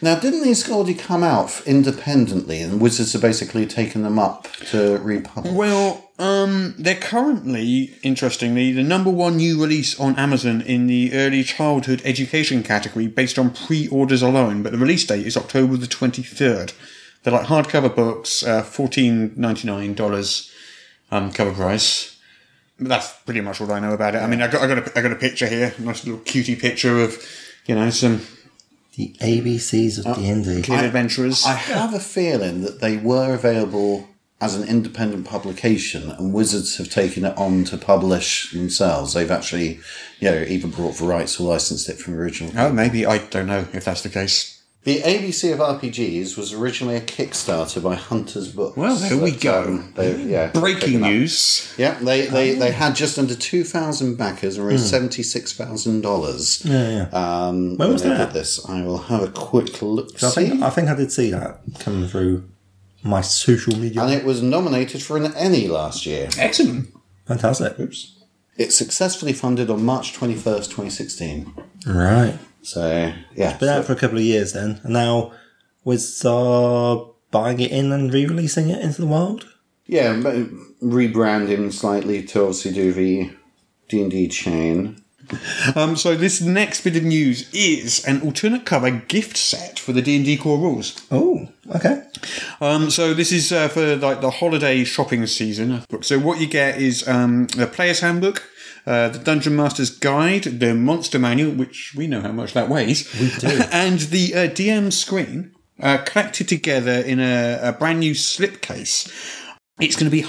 Speaker 4: now, didn't these already come out independently, and Wizards have basically taken them up to republish?
Speaker 2: Well, um, they're currently, interestingly, the number one new release on Amazon in the early childhood education category based on pre orders alone, but the release date is October the 23rd. They're like hardcover books, uh, $14.99 um, cover price. But that's pretty much all I know about it. I mean, I got, I got, a, I got a picture here, nice little cutie picture of, you know, some
Speaker 3: the ABCs of D&D.
Speaker 2: kid adventurers.
Speaker 4: I have a feeling that they were available as an independent publication, and Wizards have taken it on to publish themselves. They've actually, you know, even brought the rights or licensed it from the original.
Speaker 2: oh, maybe. I don't know if that's the case.
Speaker 4: The ABC of RPGs was originally a Kickstarter by Hunter's Books.
Speaker 2: Well, there we
Speaker 4: But,
Speaker 2: go.
Speaker 4: um, they- yeah,
Speaker 2: Breaking
Speaker 4: picking up.
Speaker 2: news.
Speaker 4: Yeah, they,
Speaker 3: Oh.
Speaker 4: they, they had just under 2,000 backers and raised $76,000
Speaker 3: Hmm. Yeah, yeah.
Speaker 4: um,
Speaker 3: When was
Speaker 4: they
Speaker 3: that?
Speaker 4: Did this. I will have a quick look.
Speaker 3: I, think,
Speaker 4: See?
Speaker 3: I think I did see that coming through my social media.
Speaker 4: And it was nominated for an Emmy last year.
Speaker 2: Excellent.
Speaker 3: Fantastic. Oops.
Speaker 4: It successfully funded on March 21st, 2016.
Speaker 3: Right.
Speaker 4: So, yeah.
Speaker 3: Been out for a couple of years then. And now Wizards are buying it in and re-releasing it into the world?
Speaker 4: Yeah, but rebranding slightly to obviously do the D&D chain.
Speaker 2: Um, so this next bit of news is an alternate cover gift set for the D and D core rules.
Speaker 3: Oh, okay.
Speaker 2: Um, so this is uh, for like the holiday shopping season. So what you get is um, the player's handbook. Uh, the Dungeon Master's Guide, the Monster Manual, which we know how much that weighs, we do. and the uh, DM screen uh, collected together in a, a brand new slipcase. It's going to be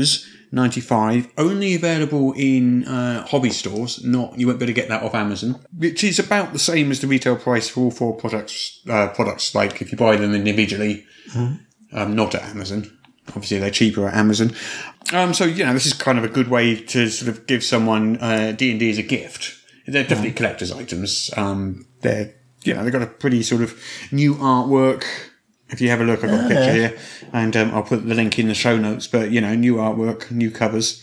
Speaker 2: $169.95, only available in uh, hobby stores. Not You won't be able to get that off Amazon, which is about the same as the retail price for all four products. Uh, products Like if you buy them individually, um, not at Amazon. obviously they're cheaper at Amazon. Um, so you know, this is kind of a good way to sort of give someone uh, D and D as a gift. They're definitely collector's items. Um, they're you know they've got a pretty sort of new artwork. If you have a look, I've got a picture here, and um, I'll put the link in the show notes. But you know, new artwork, new covers,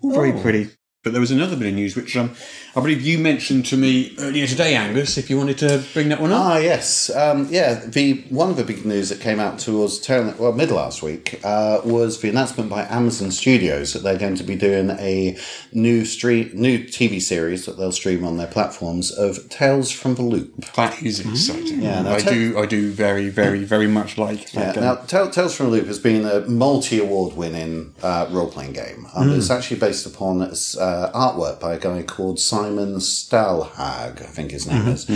Speaker 2: all very pretty. But there was another bit of news which um, I believe you mentioned to me earlier today, Angus. If you wanted to bring that one up,
Speaker 4: Ah, yes. Um, yeah, the one of the big news that came out towards turn, well, mid last week uh, was the announcement by Amazon Studios that they're going to be doing a new stream, new TV series that they'll stream on their platforms of Tales from the Loop.
Speaker 2: that is exciting.
Speaker 4: Mm. Yeah, now
Speaker 2: I
Speaker 4: tell-
Speaker 2: do. I do very, very, very much like
Speaker 4: Yeah,
Speaker 2: that. game.
Speaker 4: now, Tell- Tales from the Loop has been a multi award winning uh, role playing game. Um, It's actually based upon uh, artwork by a guy called Simon Stalhag, I think his name is.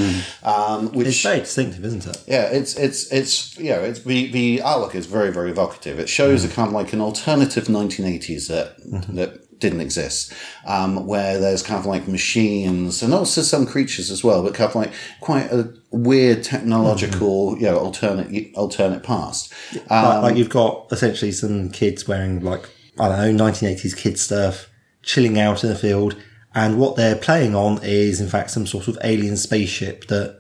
Speaker 4: Um, which,
Speaker 3: It's very distinctive, isn't it?
Speaker 4: Yeah, it's it's it's you know it's the the artwork is very very evocative. It shows a kind of like an alternative 1980s that that didn't exist, um, where there's kind of like machines and also some creatures as well, but kind of like quite a weird technological you know alternate alternate past.
Speaker 3: Uh, like, like you've got essentially some kids wearing like I don't know 1980s kid stuff, chilling out in the field, and what they're playing on is in fact some sort of alien spaceship that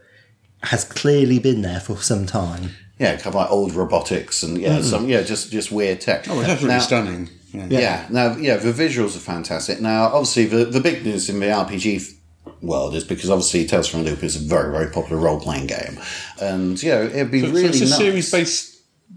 Speaker 3: has clearly been there for some time.
Speaker 4: Yeah, kind of like old robotics and yeah some yeah just just weird tech.
Speaker 2: Mm-hmm. Oh, it's absolutely
Speaker 4: Now-
Speaker 2: stunning. Yeah.
Speaker 4: Yeah. Now, yeah, the visuals are fantastic. Now, obviously, the, the big news in the RPG f- world is because obviously Tales from the Loop is a very, very popular role playing game, and you know it'd be
Speaker 2: So
Speaker 4: really
Speaker 2: it's a
Speaker 4: nice.
Speaker 2: series based.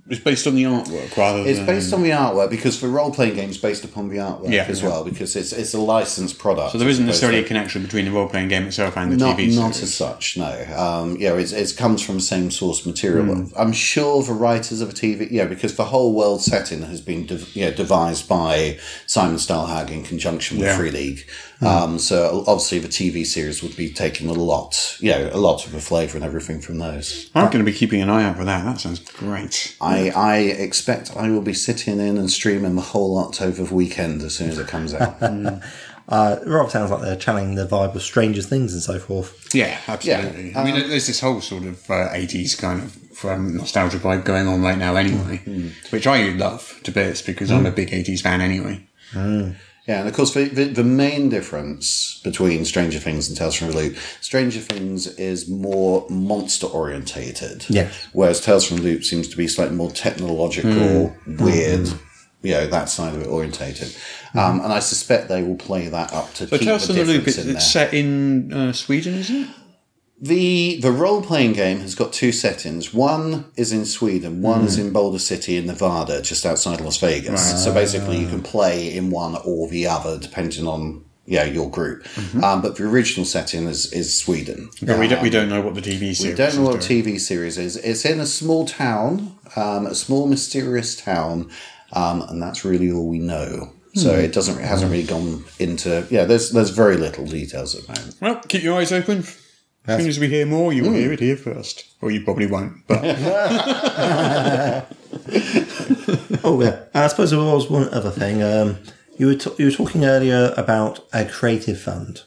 Speaker 2: It's based on the artwork rather
Speaker 4: It's
Speaker 2: than.
Speaker 4: based on the artwork because the role playing game is based upon the artwork
Speaker 2: Yeah,
Speaker 4: as
Speaker 2: yeah.
Speaker 4: well because it's it's a licensed product.
Speaker 2: so there isn't
Speaker 4: as opposed to-
Speaker 2: necessarily a connection between the role playing game itself and the
Speaker 4: not,
Speaker 2: TV
Speaker 4: not
Speaker 2: series.
Speaker 4: as such, no. Um, yeah, it's, it comes from the same source material.
Speaker 2: Hmm.
Speaker 4: I'm sure the writers of a TV, yeah, because the whole world setting has been dev- yeah, devised by Simon Stalhag in conjunction with
Speaker 2: Yeah. Hmm.
Speaker 4: Free League. Um, so obviously the TV series would be taking a lot, you know, a lot of the flavour and everything from those.
Speaker 2: I'm going to be keeping an eye out for that. That sounds great.
Speaker 4: I, I expect I will be sitting in and streaming the whole lot over the weekend as soon as it comes out.
Speaker 3: Uh, Rob sounds like they're channeling the vibe of Stranger Things and so forth.
Speaker 2: Yeah, absolutely. I
Speaker 4: um,
Speaker 2: mean, there's this whole sort of uh, 80s kind of um, nostalgia vibe going on right now, anyway,
Speaker 4: Mm-hmm.
Speaker 2: which I love to bits because
Speaker 4: Mm.
Speaker 2: I'm a big 80s fan anyway.
Speaker 4: Yeah, and of course, the, the, the main difference between Stranger Things and Tales from the Loop, Stranger Things is more monster orientated.
Speaker 3: Yeah.
Speaker 4: Whereas Tales from the Loop seems to be slightly more technological, weird, you know, that side of it orientated. Um, and I suspect they will play that up to
Speaker 2: But
Speaker 4: keep
Speaker 2: Tales
Speaker 4: the
Speaker 2: from the Loop,
Speaker 4: difference
Speaker 2: it's,
Speaker 4: in there.
Speaker 2: it's set in uh, Sweden, is it?
Speaker 4: the the role playing game has got two settings. One is in Sweden, one is in Boulder City in Nevada, just outside Las Vegas. So basically, you can play in one or the other, depending on yeah your group. Um, but the original setting is is Sweden.
Speaker 2: But we, don't, we don't know what the TV series
Speaker 4: We don't
Speaker 2: is
Speaker 4: know what
Speaker 2: doing.
Speaker 4: TV series is. It's in a small town, um, a small mysterious town, um, and that's really all we know. So it doesn't it hasn't really gone into yeah. There's there's very little details at the moment.
Speaker 2: Well, keep your eyes open. As soon as we hear more,
Speaker 4: Hmm.
Speaker 2: you'll hear it here first. Or you probably won't, but
Speaker 3: Oh yeah, and I suppose there was one other thing. Um, you were t- you were talking earlier about a creative fund.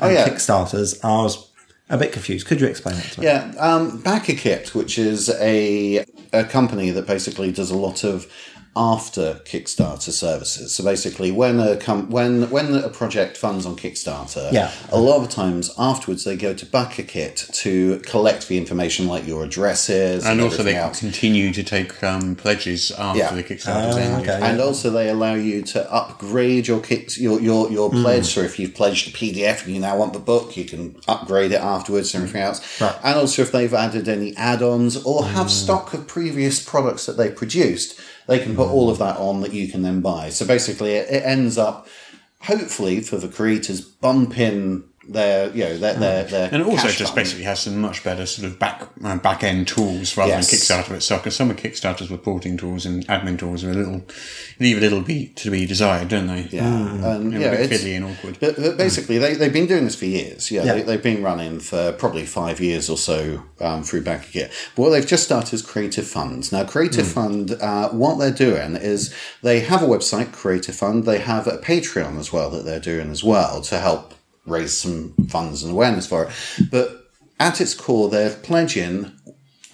Speaker 4: Oh
Speaker 3: and
Speaker 4: yeah,
Speaker 3: Kickstarters. I was a bit confused. Could you explain that to me?
Speaker 4: Yeah, um, Backakit, which is a a company that basically does a lot of after Kickstarter services. So basically, when a com- when when a project funds on Kickstarter,
Speaker 3: Yeah.
Speaker 4: a lot of times afterwards they go to Backakit to collect the information like your addresses
Speaker 2: and also they
Speaker 4: everything else.
Speaker 2: continue to take um, pledges after
Speaker 4: Yeah. Uh,
Speaker 2: the Kickstarter's ended.
Speaker 3: okay.
Speaker 4: And also, they allow you to upgrade your kicks, your your your
Speaker 2: Mm.
Speaker 4: pledge. So if you've pledged PDF and you now want the book, you can upgrade it afterwards and everything else.
Speaker 3: Right.
Speaker 4: And also, if they've added any add-ons or have
Speaker 2: Mm.
Speaker 4: stock of previous products that they produced, they can put all of that on that you can then buy. So basically, it, it ends up hopefully for the creators bumping their you know their their, their
Speaker 2: Mm. And it also
Speaker 4: cash
Speaker 2: just
Speaker 4: fund.
Speaker 2: basically has some much better sort of back uh, back end tools rather
Speaker 4: Yes.
Speaker 2: than Kickstarter itself. Because some of Kickstarter's reporting tools and admin tools are a little leave a little bit to be desired, don't they?
Speaker 4: Yeah, and
Speaker 2: They're
Speaker 4: yeah,
Speaker 2: a bit
Speaker 4: it's-
Speaker 2: fiddly and awkward.
Speaker 4: But, but basically, they, they've been doing this for years. Yeah,
Speaker 3: Yeah.
Speaker 4: They, they've been running for probably five years or so um, through Backagit. But what they've just started is Creative Fund. Now, Creative
Speaker 3: Hmm.
Speaker 4: Fund, uh, what they're doing is they have a website, Creative Fund. They have a Patreon as well that they're doing as well to help raise some funds and awareness for it. But at its core, they're pledging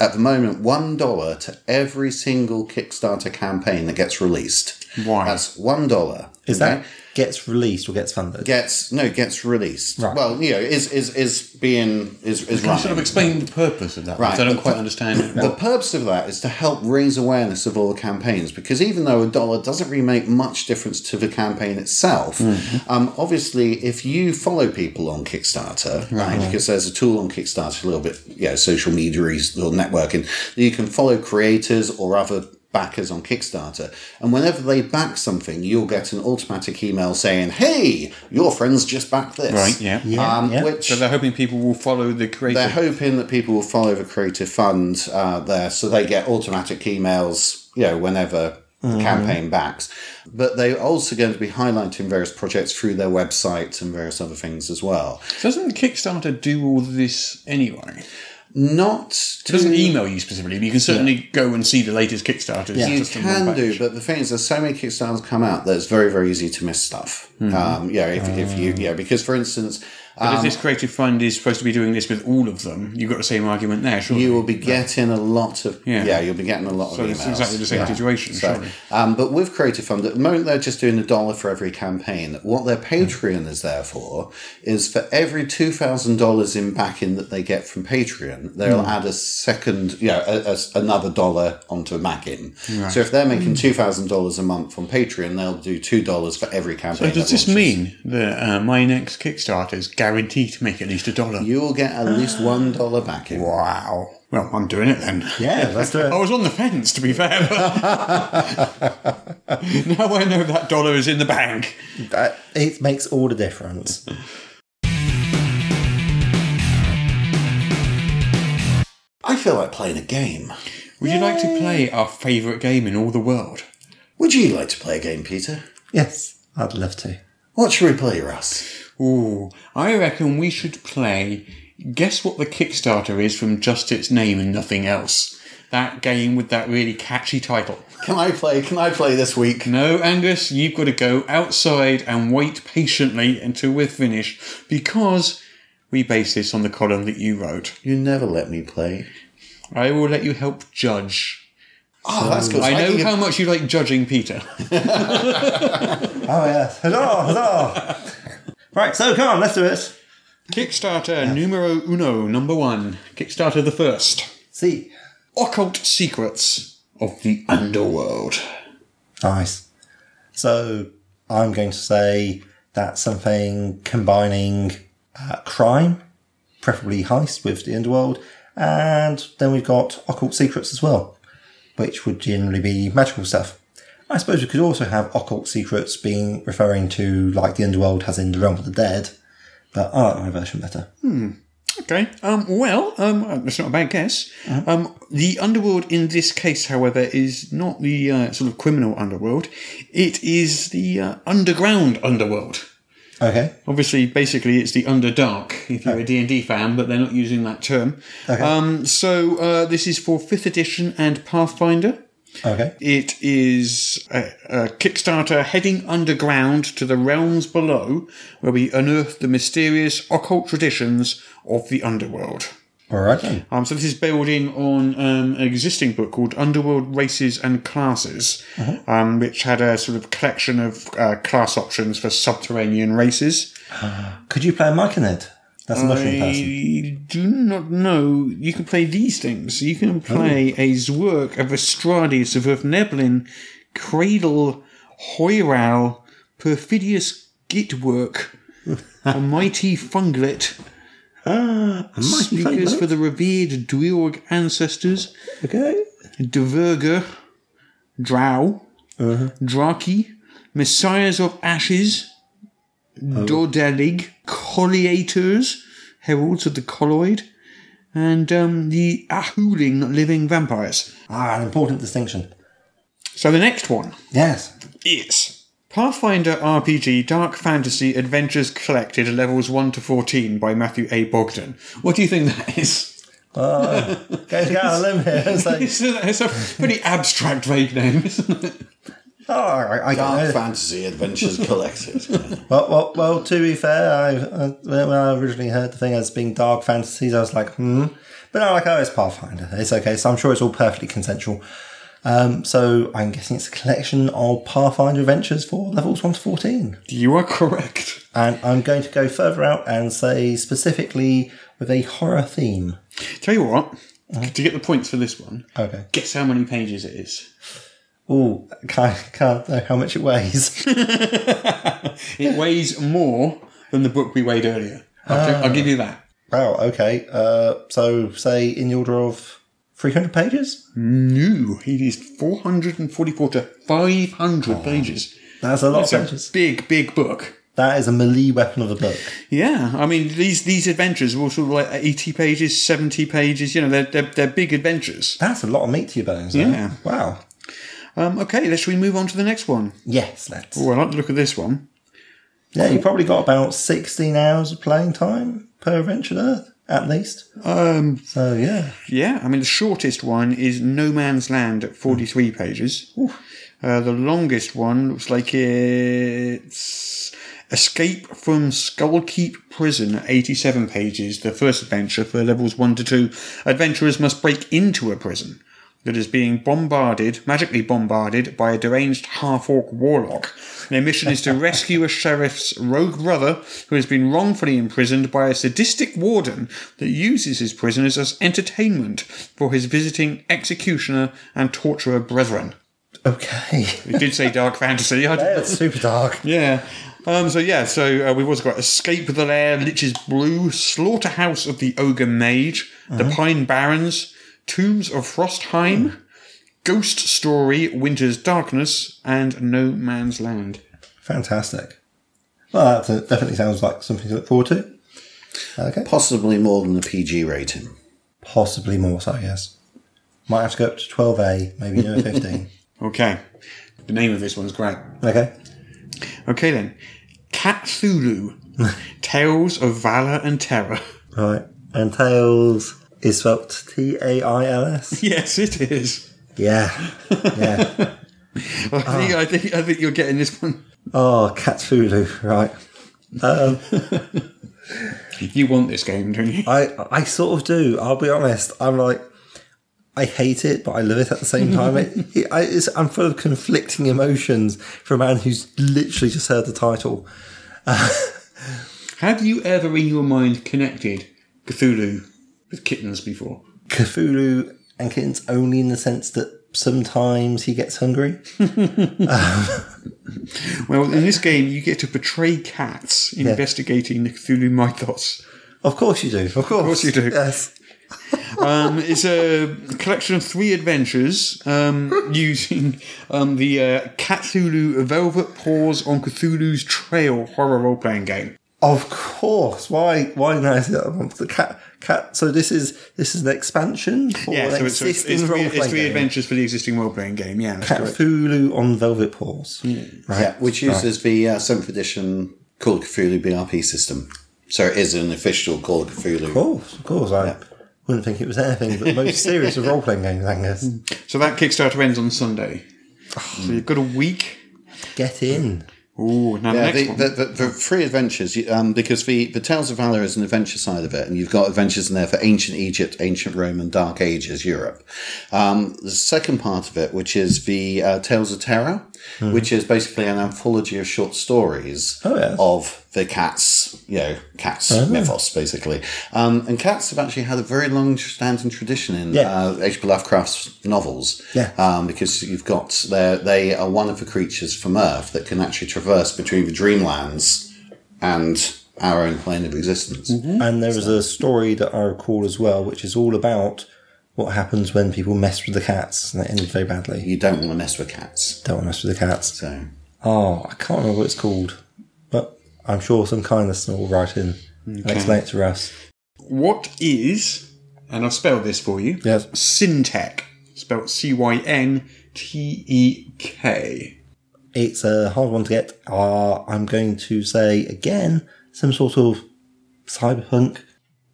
Speaker 4: at the moment one dollar to every single Kickstarter campaign that gets released.
Speaker 7: Why?
Speaker 4: That's one dollar.
Speaker 3: Is
Speaker 4: okay?
Speaker 3: that gets released or gets funded?
Speaker 4: gets no gets released?
Speaker 3: Right.
Speaker 4: Well, you know, is is is being is is
Speaker 2: Can you sort of
Speaker 4: running.
Speaker 2: explain the purpose of that? Right.
Speaker 4: Right,
Speaker 2: I don't
Speaker 4: the-
Speaker 2: quite understand it.
Speaker 4: The purpose of that is to help raise awareness of all the campaigns because even though a dollar doesn't really make much difference to the campaign itself, um, obviously if you follow people on Kickstarter, right, because there's a tool on Kickstarter, a little bit, you know, social media or networking, that you can follow creators or other backers on Kickstarter. And whenever they back something, you'll get an automatic email saying, hey, your friends just backed this.
Speaker 2: Right, yeah.
Speaker 3: Yeah,
Speaker 4: Um,
Speaker 3: yeah.
Speaker 4: Which,
Speaker 2: So they're hoping people will follow the creator.
Speaker 4: they're hoping that people will follow the creative fund uh, there so they get automatic emails you know whenever
Speaker 2: Mm-hmm.
Speaker 4: the campaign backs but they're also going to be highlighting various projects through their website and various other things as well
Speaker 2: Doesn't Kickstarter do all this anyway?
Speaker 4: not
Speaker 2: It
Speaker 4: to
Speaker 2: doesn't email you specifically, but you can certainly go and see the latest Kickstarters.
Speaker 3: Yeah.
Speaker 4: you
Speaker 2: just in one
Speaker 4: can do,
Speaker 2: batch.
Speaker 4: but the thing is, there's so many Kickstarters come out that it's very, very easy to miss stuff.
Speaker 2: Mm-hmm.
Speaker 4: Um, yeah, if, if you, yeah, because for instance,
Speaker 2: But if
Speaker 4: um,
Speaker 2: this creative fund is supposed to be doing this with all of them, you've got the same argument there, surely.
Speaker 4: you will be getting a lot of yeah.
Speaker 2: Uh, Yeah.
Speaker 4: you'll be getting a lot
Speaker 2: So
Speaker 4: of emails.
Speaker 2: it's exactly the same situation, surely.
Speaker 4: um, but with Creative Fund, at the moment they're just doing a dollar for every campaign. What their Patreon is there for is for every two thousand dollars in backing that they get from Patreon, they'll
Speaker 2: Hmm.
Speaker 4: add a second, you know, a, a- another dollar onto backing. So if they're making
Speaker 2: Hmm.
Speaker 4: two thousand dollars a month from Patreon, they'll do two dollars for every campaign.
Speaker 2: So does
Speaker 4: that
Speaker 2: this
Speaker 4: launches.
Speaker 2: mean that uh, my next Kickstarter is guaranteed to make at least a dollar?
Speaker 4: you will get at least
Speaker 2: Ah.
Speaker 4: one dollar backing?
Speaker 2: Wow. Well, I'm doing it then.
Speaker 3: Yeah, let's do it.
Speaker 2: I was on the fence, to be fair. But now I know that dollar is in the bank.
Speaker 3: That- it makes all the difference.
Speaker 4: I feel like playing a game.
Speaker 2: Would you like to play our favourite game in all the world?
Speaker 4: Would you like to play a game, Peter?
Speaker 3: Yes, I'd love to.
Speaker 4: What should we play, Russ?
Speaker 2: Ooh, I reckon we should play. Guess what the Kickstarter is from just its name and nothing else? That game with that really catchy title.
Speaker 4: Can I play? Can I play this week?
Speaker 2: No, Angus, you've got to go outside and wait patiently until we're finished because we base this on the column that you wrote.
Speaker 4: You never let me play.
Speaker 2: I will let you help judge.
Speaker 4: Oh, that's good.
Speaker 2: I know
Speaker 4: can-
Speaker 2: how much you like judging, Peter.
Speaker 3: Oh yes, huzzah, huzzah! right, so come on, let's do it.
Speaker 2: Kickstarter numero uno, number one. Kickstarter the first.
Speaker 3: See,
Speaker 2: Occult Secrets of the Underworld.
Speaker 3: nice. So I'm going to say that's something combining uh, crime, preferably heist, with the underworld, and then we've got occult secrets as well, which would generally be magical stuff. I suppose we could also have occult secrets being referring to like the underworld, as in the realm of the dead. But I like my version better.
Speaker 2: Okay. Um, well, um, that's not a bad guess. Um, the underworld in this case, however, is not the uh, sort of criminal underworld. It is the uh, underground underworld.
Speaker 3: Okay.
Speaker 2: Obviously, basically, it's the underdark. If you're a D and D fan, but they're not using that term. Um, so uh, this is for fifth edition and Pathfinder.
Speaker 3: Okay.
Speaker 2: It is a, a Kickstarter heading underground to the realms below, where we unearth the mysterious occult traditions of the underworld.
Speaker 3: All right then.
Speaker 2: Um, so this is building on um, an existing book called Underworld Races and Classes, um, which had a sort of collection of uh, class options for subterranean races.
Speaker 3: Could you play a mic in it? That's a mushroom person.
Speaker 2: I do not know. You can play these things. You can play a Zwirk, a Vestradis, a Verfneblin, Cradle, Hoiral, Perfidious Gitwork, a Mighty Funglet, Speakers for the Revered Dweorg Ancestors,
Speaker 3: Okay.
Speaker 2: Dverger, Drow, Draki, Messiahs of Ashes, Dordelig, Colliators, Heralds of the Colloid, and um, the Ahuling Living Vampires.
Speaker 3: Ah, an important distinction.
Speaker 2: So the next one
Speaker 3: Yes.
Speaker 2: is Pathfinder RPG Dark Fantasy Adventures Collected levels 1 to 14 by Matthew A. Bogdan. What do you think that is?
Speaker 3: Go to out limb here. It's like,
Speaker 2: It's a, it's a pretty abstract, vague name, isn't it?
Speaker 3: oh, all right, I
Speaker 4: Dark
Speaker 3: got it.
Speaker 4: Fantasy Adventures Collected.
Speaker 3: Well, well, well, uh, to be fair, I, I, when I originally heard the thing as being dark fantasies, I was like, hmm. But no, like, oh, it's Pathfinder. It's okay. So I'm sure it's all perfectly consensual. Um, so I'm guessing it's a collection of Pathfinder adventures for levels 1 to 14.
Speaker 2: You are correct.
Speaker 3: And I'm going to go further out and say specifically with a horror theme.
Speaker 2: Tell you what,
Speaker 3: Uh-huh.
Speaker 2: to get the points for this one,
Speaker 3: Okay.
Speaker 2: guess how many pages it is.
Speaker 3: Ooh, can't, can't know how much it weighs.
Speaker 2: It weighs more than the book we weighed earlier. I'll, gi- I'll give you that.
Speaker 3: wow, Oh, okay. Uh, so say in the order of 300 pages?
Speaker 2: No, it is 444 to 500 pages.
Speaker 3: That's a Oh, lot
Speaker 2: That's
Speaker 3: of
Speaker 2: a
Speaker 3: pages.
Speaker 2: big, big book.
Speaker 3: That is a melee weapon of the book.
Speaker 2: Yeah, I mean these these adventures were sort of like eighty pages, seventy pages. You know, they're they're, they're big adventures.
Speaker 3: That's a lot of meat to your bones. though.
Speaker 2: Yeah.
Speaker 3: Wow.
Speaker 2: Um, okay, let's we move on to the next one.
Speaker 3: Yes, let's.
Speaker 2: Oh, I like the look of this one.
Speaker 3: Yeah, you probably got about 16 hours of playing time per Adventure Earth, at least.
Speaker 2: Um,
Speaker 3: So, yeah.
Speaker 2: yeah, I mean the shortest one is No Man's Land at forty three pages. Uh, the longest one looks like it's Escape from Skullkeep Prison at eighty seven pages. The first adventure for levels one to two. Adventurers must break into a prison. that is being bombarded, magically bombarded, by a deranged half orc warlock. Their mission is to rescue a sheriff's rogue brother who has been wrongfully imprisoned by a sadistic warden that uses his prisoners as entertainment for his visiting executioner and torturer brethren.
Speaker 3: Okay.
Speaker 2: It did say dark fantasy. I
Speaker 3: That's super dark.
Speaker 2: yeah. Um, so yeah, so uh, we've also got Escape the Lair, Lich's Blue, Slaughterhouse of the Ogre Mage, The Pine Barrens, Tombs of Frostheim, Ghost Story, Winter's Darkness, and No Man's Land.
Speaker 3: Fantastic. Well, that uh, definitely sounds like something to look forward to. Okay.
Speaker 4: Possibly more than the PG rating.
Speaker 3: Possibly more so, yes. Might have to go up to 12A, maybe no 15.
Speaker 2: Okay, the name of this one's great.
Speaker 3: Okay.
Speaker 2: Okay then, Cthulhu, Tales of Valor and Terror.
Speaker 3: Right. And Tails is spelt T A I L S.
Speaker 2: Yes, it is.
Speaker 3: Yeah. Yeah.
Speaker 2: I think, I think I think you're getting this one.
Speaker 3: Oh, Cthulhu. Right. Um,
Speaker 2: You want this game, don't you?
Speaker 3: I I sort of do. I'll be honest. I'm like, I hate it, but I love it at the same time. it, it, I, it's, I'm full of conflicting emotions for a man who's literally just heard the title.
Speaker 2: Have you ever in your mind connected Cthulhu with kittens before?
Speaker 3: Cthulhu and kittens only in the sense that sometimes he gets hungry.
Speaker 2: Well, in this game, you get to portray cats investigating the Cthulhu mythos.
Speaker 3: Of course you do. Of course, of
Speaker 2: course you do.
Speaker 3: Yes.
Speaker 2: Um, it's a collection of three adventures um, using um, the uh, Cthulhu Velvet Paws on Cthulhu's Trail horror role playing game.
Speaker 3: Of course. Why? Why did I say that? one? The cat. Cat. So this is this is an expansion. Or
Speaker 2: Yeah,
Speaker 3: an
Speaker 2: so it's, so it's, it's
Speaker 3: Oh, existing
Speaker 2: three, it's
Speaker 3: role-playing
Speaker 2: three
Speaker 3: game?
Speaker 2: adventures for the existing role playing game. Yeah, that's correct. Hmm.
Speaker 3: Cthulhu on velvet paws. Right.
Speaker 4: Yeah, which uses the uh, 7th edition Call of Cthulhu BRP system. So it is an official Call of Cthulhu.
Speaker 3: Of course, of course. I wouldn't think it was anything but the most serious of role playing games, Angus.
Speaker 2: So that Kickstarter ends on Sunday. So you've got a week.
Speaker 3: Get in.
Speaker 2: Ooh, now the
Speaker 4: Yeah,
Speaker 2: next
Speaker 4: the,
Speaker 2: one.
Speaker 4: the, the, the three adventures, you- um, because the, the Tales of Valor is an adventure side of it, and you've got adventures in there for ancient Egypt, ancient Rome, and Dark Ages Europe. Um, the second part of it, which is the uh, Tales of Terror, which is basically an anthology of short stories
Speaker 3: Oh, yes.
Speaker 4: of the cats, you know, cats mythos, basically. Um, and cats have actually had a very long standing tradition in
Speaker 3: Yeah.
Speaker 4: uh, H.P. Lovecraft's novels.
Speaker 3: Yeah.
Speaker 4: Um, because you've got they they are one of the creatures from Earth that can actually traverse between the dreamlands and our own plane of existence.
Speaker 2: Hmm.
Speaker 3: And there is a story that I recall as well, which is all about what happens when people mess with the cats, and it ended very badly.
Speaker 4: You don't want to mess with cats.
Speaker 3: Don't want to mess with the cats.
Speaker 4: So
Speaker 3: Oh, I can't remember what it's called, but I'm sure some kind listener will write in and explain it to us.
Speaker 2: What is, and I'll spell this for you,
Speaker 3: Yes.
Speaker 2: Syntech, spelled C Y N T E K.
Speaker 3: It's a hard one to get. Uh, I'm going to say again some sort of cyberpunk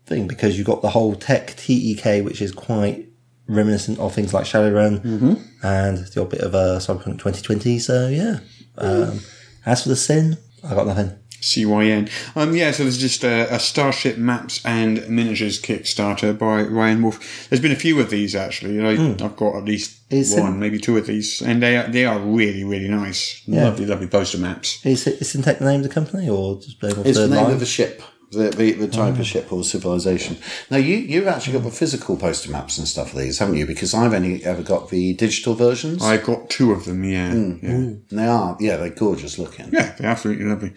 Speaker 3: thing because you've got the whole tech TEK, which is quite reminiscent of things like Shadowrun
Speaker 4: Mm-hmm.
Speaker 3: and the odd bit of uh, cyberpunk 2020. So yeah. Um, as for the sin, I got nothing.
Speaker 2: CYN. Um, yeah, so there's just a, a Starship Maps and Miniatures Kickstarter by Ryan Wolf. There's been a few of these actually. and I, I've got at least
Speaker 3: Is it-
Speaker 2: one, maybe two of these, and they are, they are really really nice.
Speaker 3: Yeah.
Speaker 2: Lovely, lovely poster maps.
Speaker 3: Is it is Syntec the name of the company or just blame off
Speaker 4: It's
Speaker 3: the
Speaker 4: the name
Speaker 3: line?
Speaker 4: of the ship, the, the, the type of ship or civilization. Now, you, you've actually got the physical poster maps and stuff of these, haven't you? Because I've only ever got the digital versions.
Speaker 2: I got two of them. Yeah, yeah.
Speaker 4: And they are, yeah, they're gorgeous looking.
Speaker 2: yeah, they're absolutely lovely.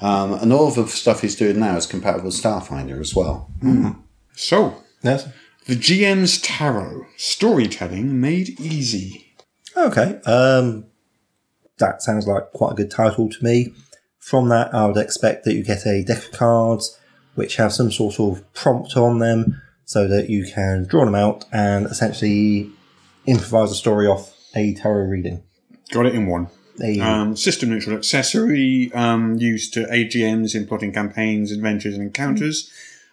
Speaker 4: Um, and all the stuff he's doing now is compatible with Starfinder as well.
Speaker 2: So
Speaker 3: Yes.
Speaker 2: the GM's Tarot Storytelling Made Easy.
Speaker 3: Okay. Um, that sounds like quite a good title to me. From that, I would expect that you get a deck of cards which have some sort of prompt on them so that you can draw them out and essentially improvise a story off a tarot reading.
Speaker 2: Got it in one.
Speaker 3: A,
Speaker 2: Um, system neutral accessory um, used to aid GMs in plotting campaigns, adventures, and encounters.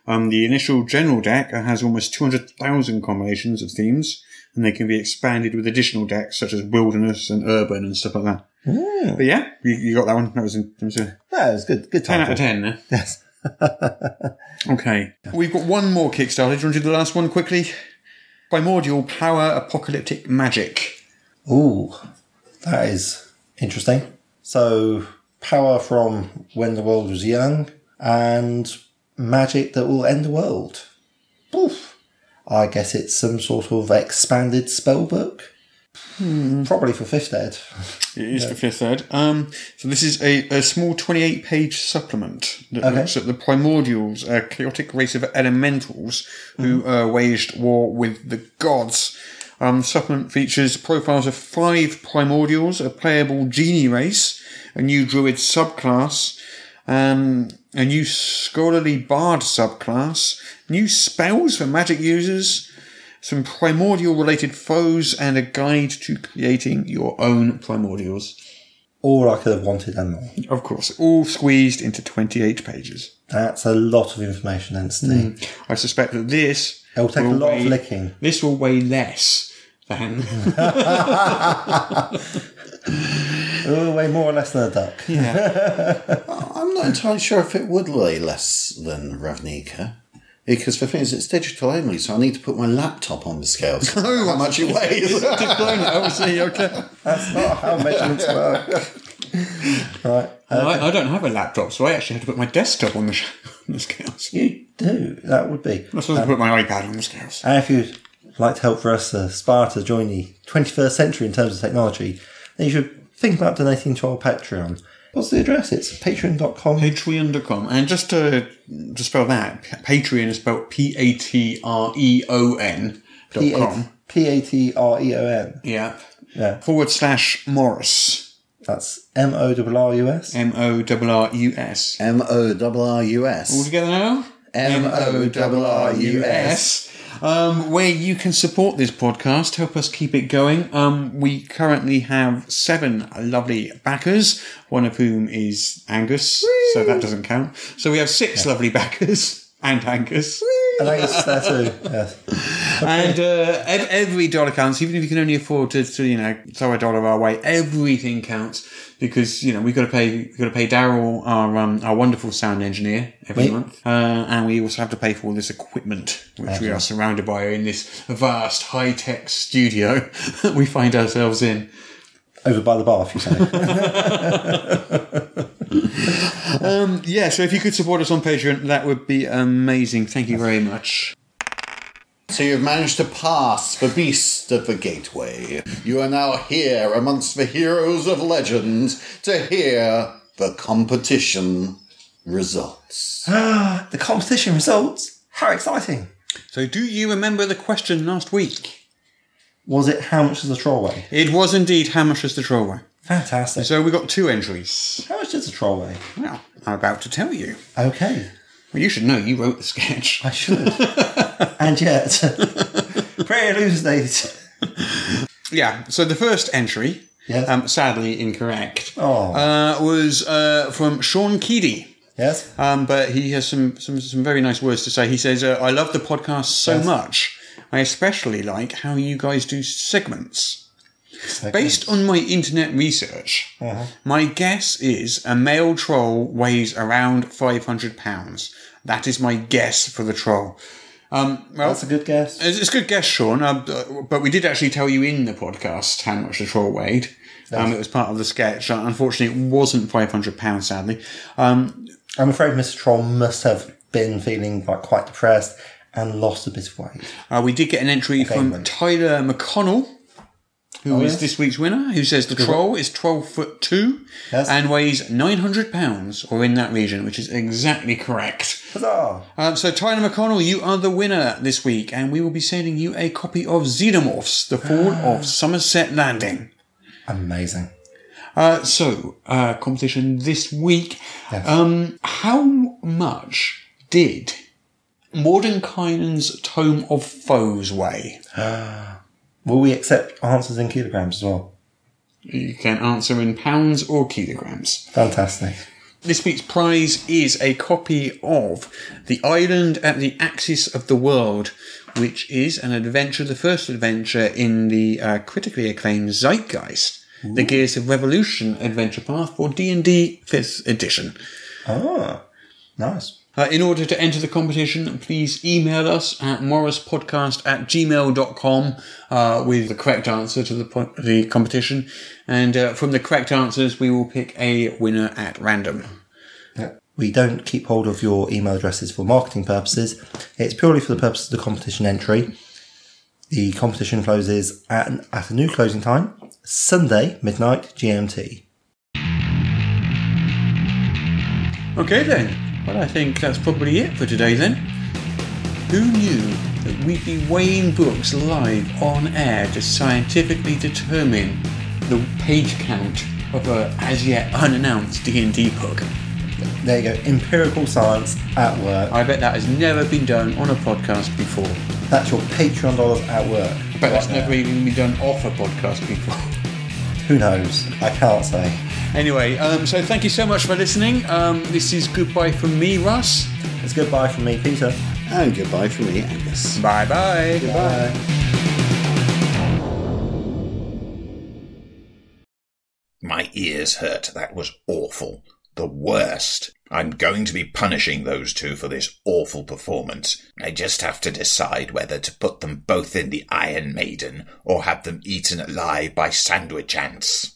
Speaker 2: Um, the initial general deck has almost 200,000 combinations of themes, and they can be expanded with additional decks such as wilderness and urban and stuff like that. But yeah, you, you got that one. That was, in, that was a
Speaker 3: Hmm, that was good. Good
Speaker 2: 10 out
Speaker 3: title.
Speaker 2: of 10. eh?
Speaker 3: Yes.
Speaker 2: Okay. We've got one more Kickstarter. Do you want to do the last one quickly? Primordial Power Apocalyptic Magic.
Speaker 3: Ooh, that is interesting. So, power from when the world was young and magic that will end the world. Oof. I guess it's some sort of expanded spell book. Probably for fifth ed.
Speaker 2: It is the fifth ed. Um, so this is a, a small 28 page supplement that
Speaker 3: Okay.
Speaker 2: looks at the primordials, a chaotic race of elementals who uh, waged war with the gods. Um, supplement features profiles of five primordials, a playable genie race, a new druid subclass, um, a new scholarly bard subclass, new spells for magic users, some primordial related foes, and a guide to creating your own primordials.
Speaker 3: All I could have wanted and more.
Speaker 2: Of course, all squeezed into 28 pages.
Speaker 3: That's a lot of information density.
Speaker 2: I suspect that this
Speaker 3: It will take a
Speaker 2: will
Speaker 3: lot of
Speaker 2: weigh-
Speaker 3: licking.
Speaker 2: this will weigh less than
Speaker 3: It'll weigh Oh, more or less than a duck.
Speaker 4: I'm not entirely sure if it would weigh less than Ravnica. Because the thing is, it's digital only, so I need to put my laptop on the scale. to know how much it weighs.
Speaker 2: obviously okay.
Speaker 3: That's not how measurements work. right. Uh,
Speaker 2: I, I don't have a laptop, so I actually had to put my desktop on the, sh- on the scales.
Speaker 3: You do. That would be.
Speaker 2: I'm supposed to put my iPad on the scales.
Speaker 3: And if you'd like to help for us uh, aspire to join the 21st century in terms of technology, then you should think about donating to our Patreon. What's the address? It's patreon.com.
Speaker 2: Patreon.com. And just to, to spell that, Patreon is spelled P A T R E O N dot com.
Speaker 3: P A T R E O N.
Speaker 2: Yeah.
Speaker 3: Yeah.
Speaker 2: Forward slash Morris.
Speaker 3: That's M O R R U S.
Speaker 2: M O R R U S.
Speaker 4: M O R R U
Speaker 2: All
Speaker 4: S.
Speaker 2: together now?
Speaker 4: M-O-R-R-U-S.
Speaker 2: Um, where you can support this podcast, help us keep it going. Um, we currently have seven lovely backers, one of whom is Angus, so that doesn't count. So we have six lovely backers and Angus.
Speaker 3: And I guess there too. Yes.
Speaker 2: And uh, ev- every dollar counts, even if you can only afford to, to, you know throw a dollar our way. Everything counts because you know we've got to pay we've got to pay Daryl our um, our wonderful sound engineer every
Speaker 3: Wait.
Speaker 2: month, uh, and we also have to pay for all this equipment which we are surrounded by in this vast high tech studio that we find ourselves in.
Speaker 3: Over by the bar, if you say.
Speaker 2: Um, Yeah, so if you could support us on Patreon, that would be amazing. Thank you very much.
Speaker 4: So you've managed to pass the beast of the gateway. You are now here amongst the heroes of legend to hear the competition results.
Speaker 3: Ah, the competition results. How exciting.
Speaker 2: So, do you remember the question last week?
Speaker 3: Was it how much does the troll weigh?
Speaker 2: It was indeed how much is the troll weigh?
Speaker 3: Fantastic.
Speaker 2: So we got two entries.
Speaker 3: how much does the troll weigh?
Speaker 2: Well, I'm about to tell you.
Speaker 3: Okay.
Speaker 2: Well, you should know you wrote the sketch.
Speaker 3: I should. and yet, pray elucidate.
Speaker 2: Yeah, so the first entry,
Speaker 3: Yes.
Speaker 2: um, sadly incorrect,
Speaker 3: Oh.
Speaker 2: uh, was uh, from Sean Keady.
Speaker 3: yes.
Speaker 2: Um, but he has some, some, some very nice words to say. He says, uh, I love the podcast so much. I especially like how you guys do segments. Based on my internet research, my guess is a male troll weighs around 500 pounds. That is my guess for the troll. Um, well,
Speaker 3: That's a good guess.
Speaker 2: it's, it's a good guess, Sean. Um, Uh, but we did actually tell you in the podcast how much the troll weighed. Um, it was part of the sketch. Uh, Unfortunately, it wasn't five hundred pounds. Sadly, um,
Speaker 3: I'm afraid Mr. Troll must have been feeling like quite depressed and lost a bit of weight.
Speaker 2: uh, we did get an entry from
Speaker 3: then.
Speaker 2: Tyler McConnell, who is this week's winner, who says the troll is twelve foot two
Speaker 3: Yes.
Speaker 2: and weighs nine hundred pounds, or in that region, which is exactly correct.
Speaker 3: Huzzah!
Speaker 2: Um, so, Tyler McConnell, you are the winner this week, and we will be sending you a copy of Xenomorphs: The Fall of Somerset Landing.
Speaker 3: Amazing.
Speaker 2: Uh, so, uh, competition this week. Um, how much did Mordenkainen's Tome of Foes weigh?
Speaker 3: Will we accept answers in kilograms as well?
Speaker 2: You can answer in pounds or kilograms.
Speaker 3: Fantastic.
Speaker 2: This week's prize is a copy of The Island at the Axis of the World, which is an adventure, the first adventure in the uh, critically acclaimed Zeitgeist, the Gears of Revolution adventure path for D&D 5th edition.
Speaker 3: Ah, nice.
Speaker 2: Uh, in order to enter the competition, please email us at morrispodcast at gmail.com uh, with the correct answer to the, po- the competition. And uh, from the correct answers, we will pick a winner at random.
Speaker 3: We don't keep hold of your email addresses for marketing purposes. It's purely for the purpose of the competition entry. The competition closes at, at a new closing time, Sunday, midnight GMT.
Speaker 2: Okay, then. Well, I think that's probably it for today, then. Who knew that we'd be weighing books live on air to scientifically determine the page count of a as yet unannounced D&D book?
Speaker 3: There you go, empirical science at work.
Speaker 2: I bet that has never been done on a podcast before.
Speaker 3: That's your Patreon dollars at work.
Speaker 2: But that's never e- even been done off a podcast before.
Speaker 3: Who knows? I can't say.
Speaker 2: anyway, um, so thank you so much for listening. Um, this is goodbye from me, Russ.
Speaker 3: It's goodbye from me, Peter.
Speaker 4: And goodbye from me, Angus.
Speaker 2: Bye bye.
Speaker 3: Bye.
Speaker 1: My ears hurt. That was awful. The worst. I'm going to be punishing those two for this awful performance. I just have to decide whether to put them both in the Iron Maiden or have them eaten alive by sandwich ants.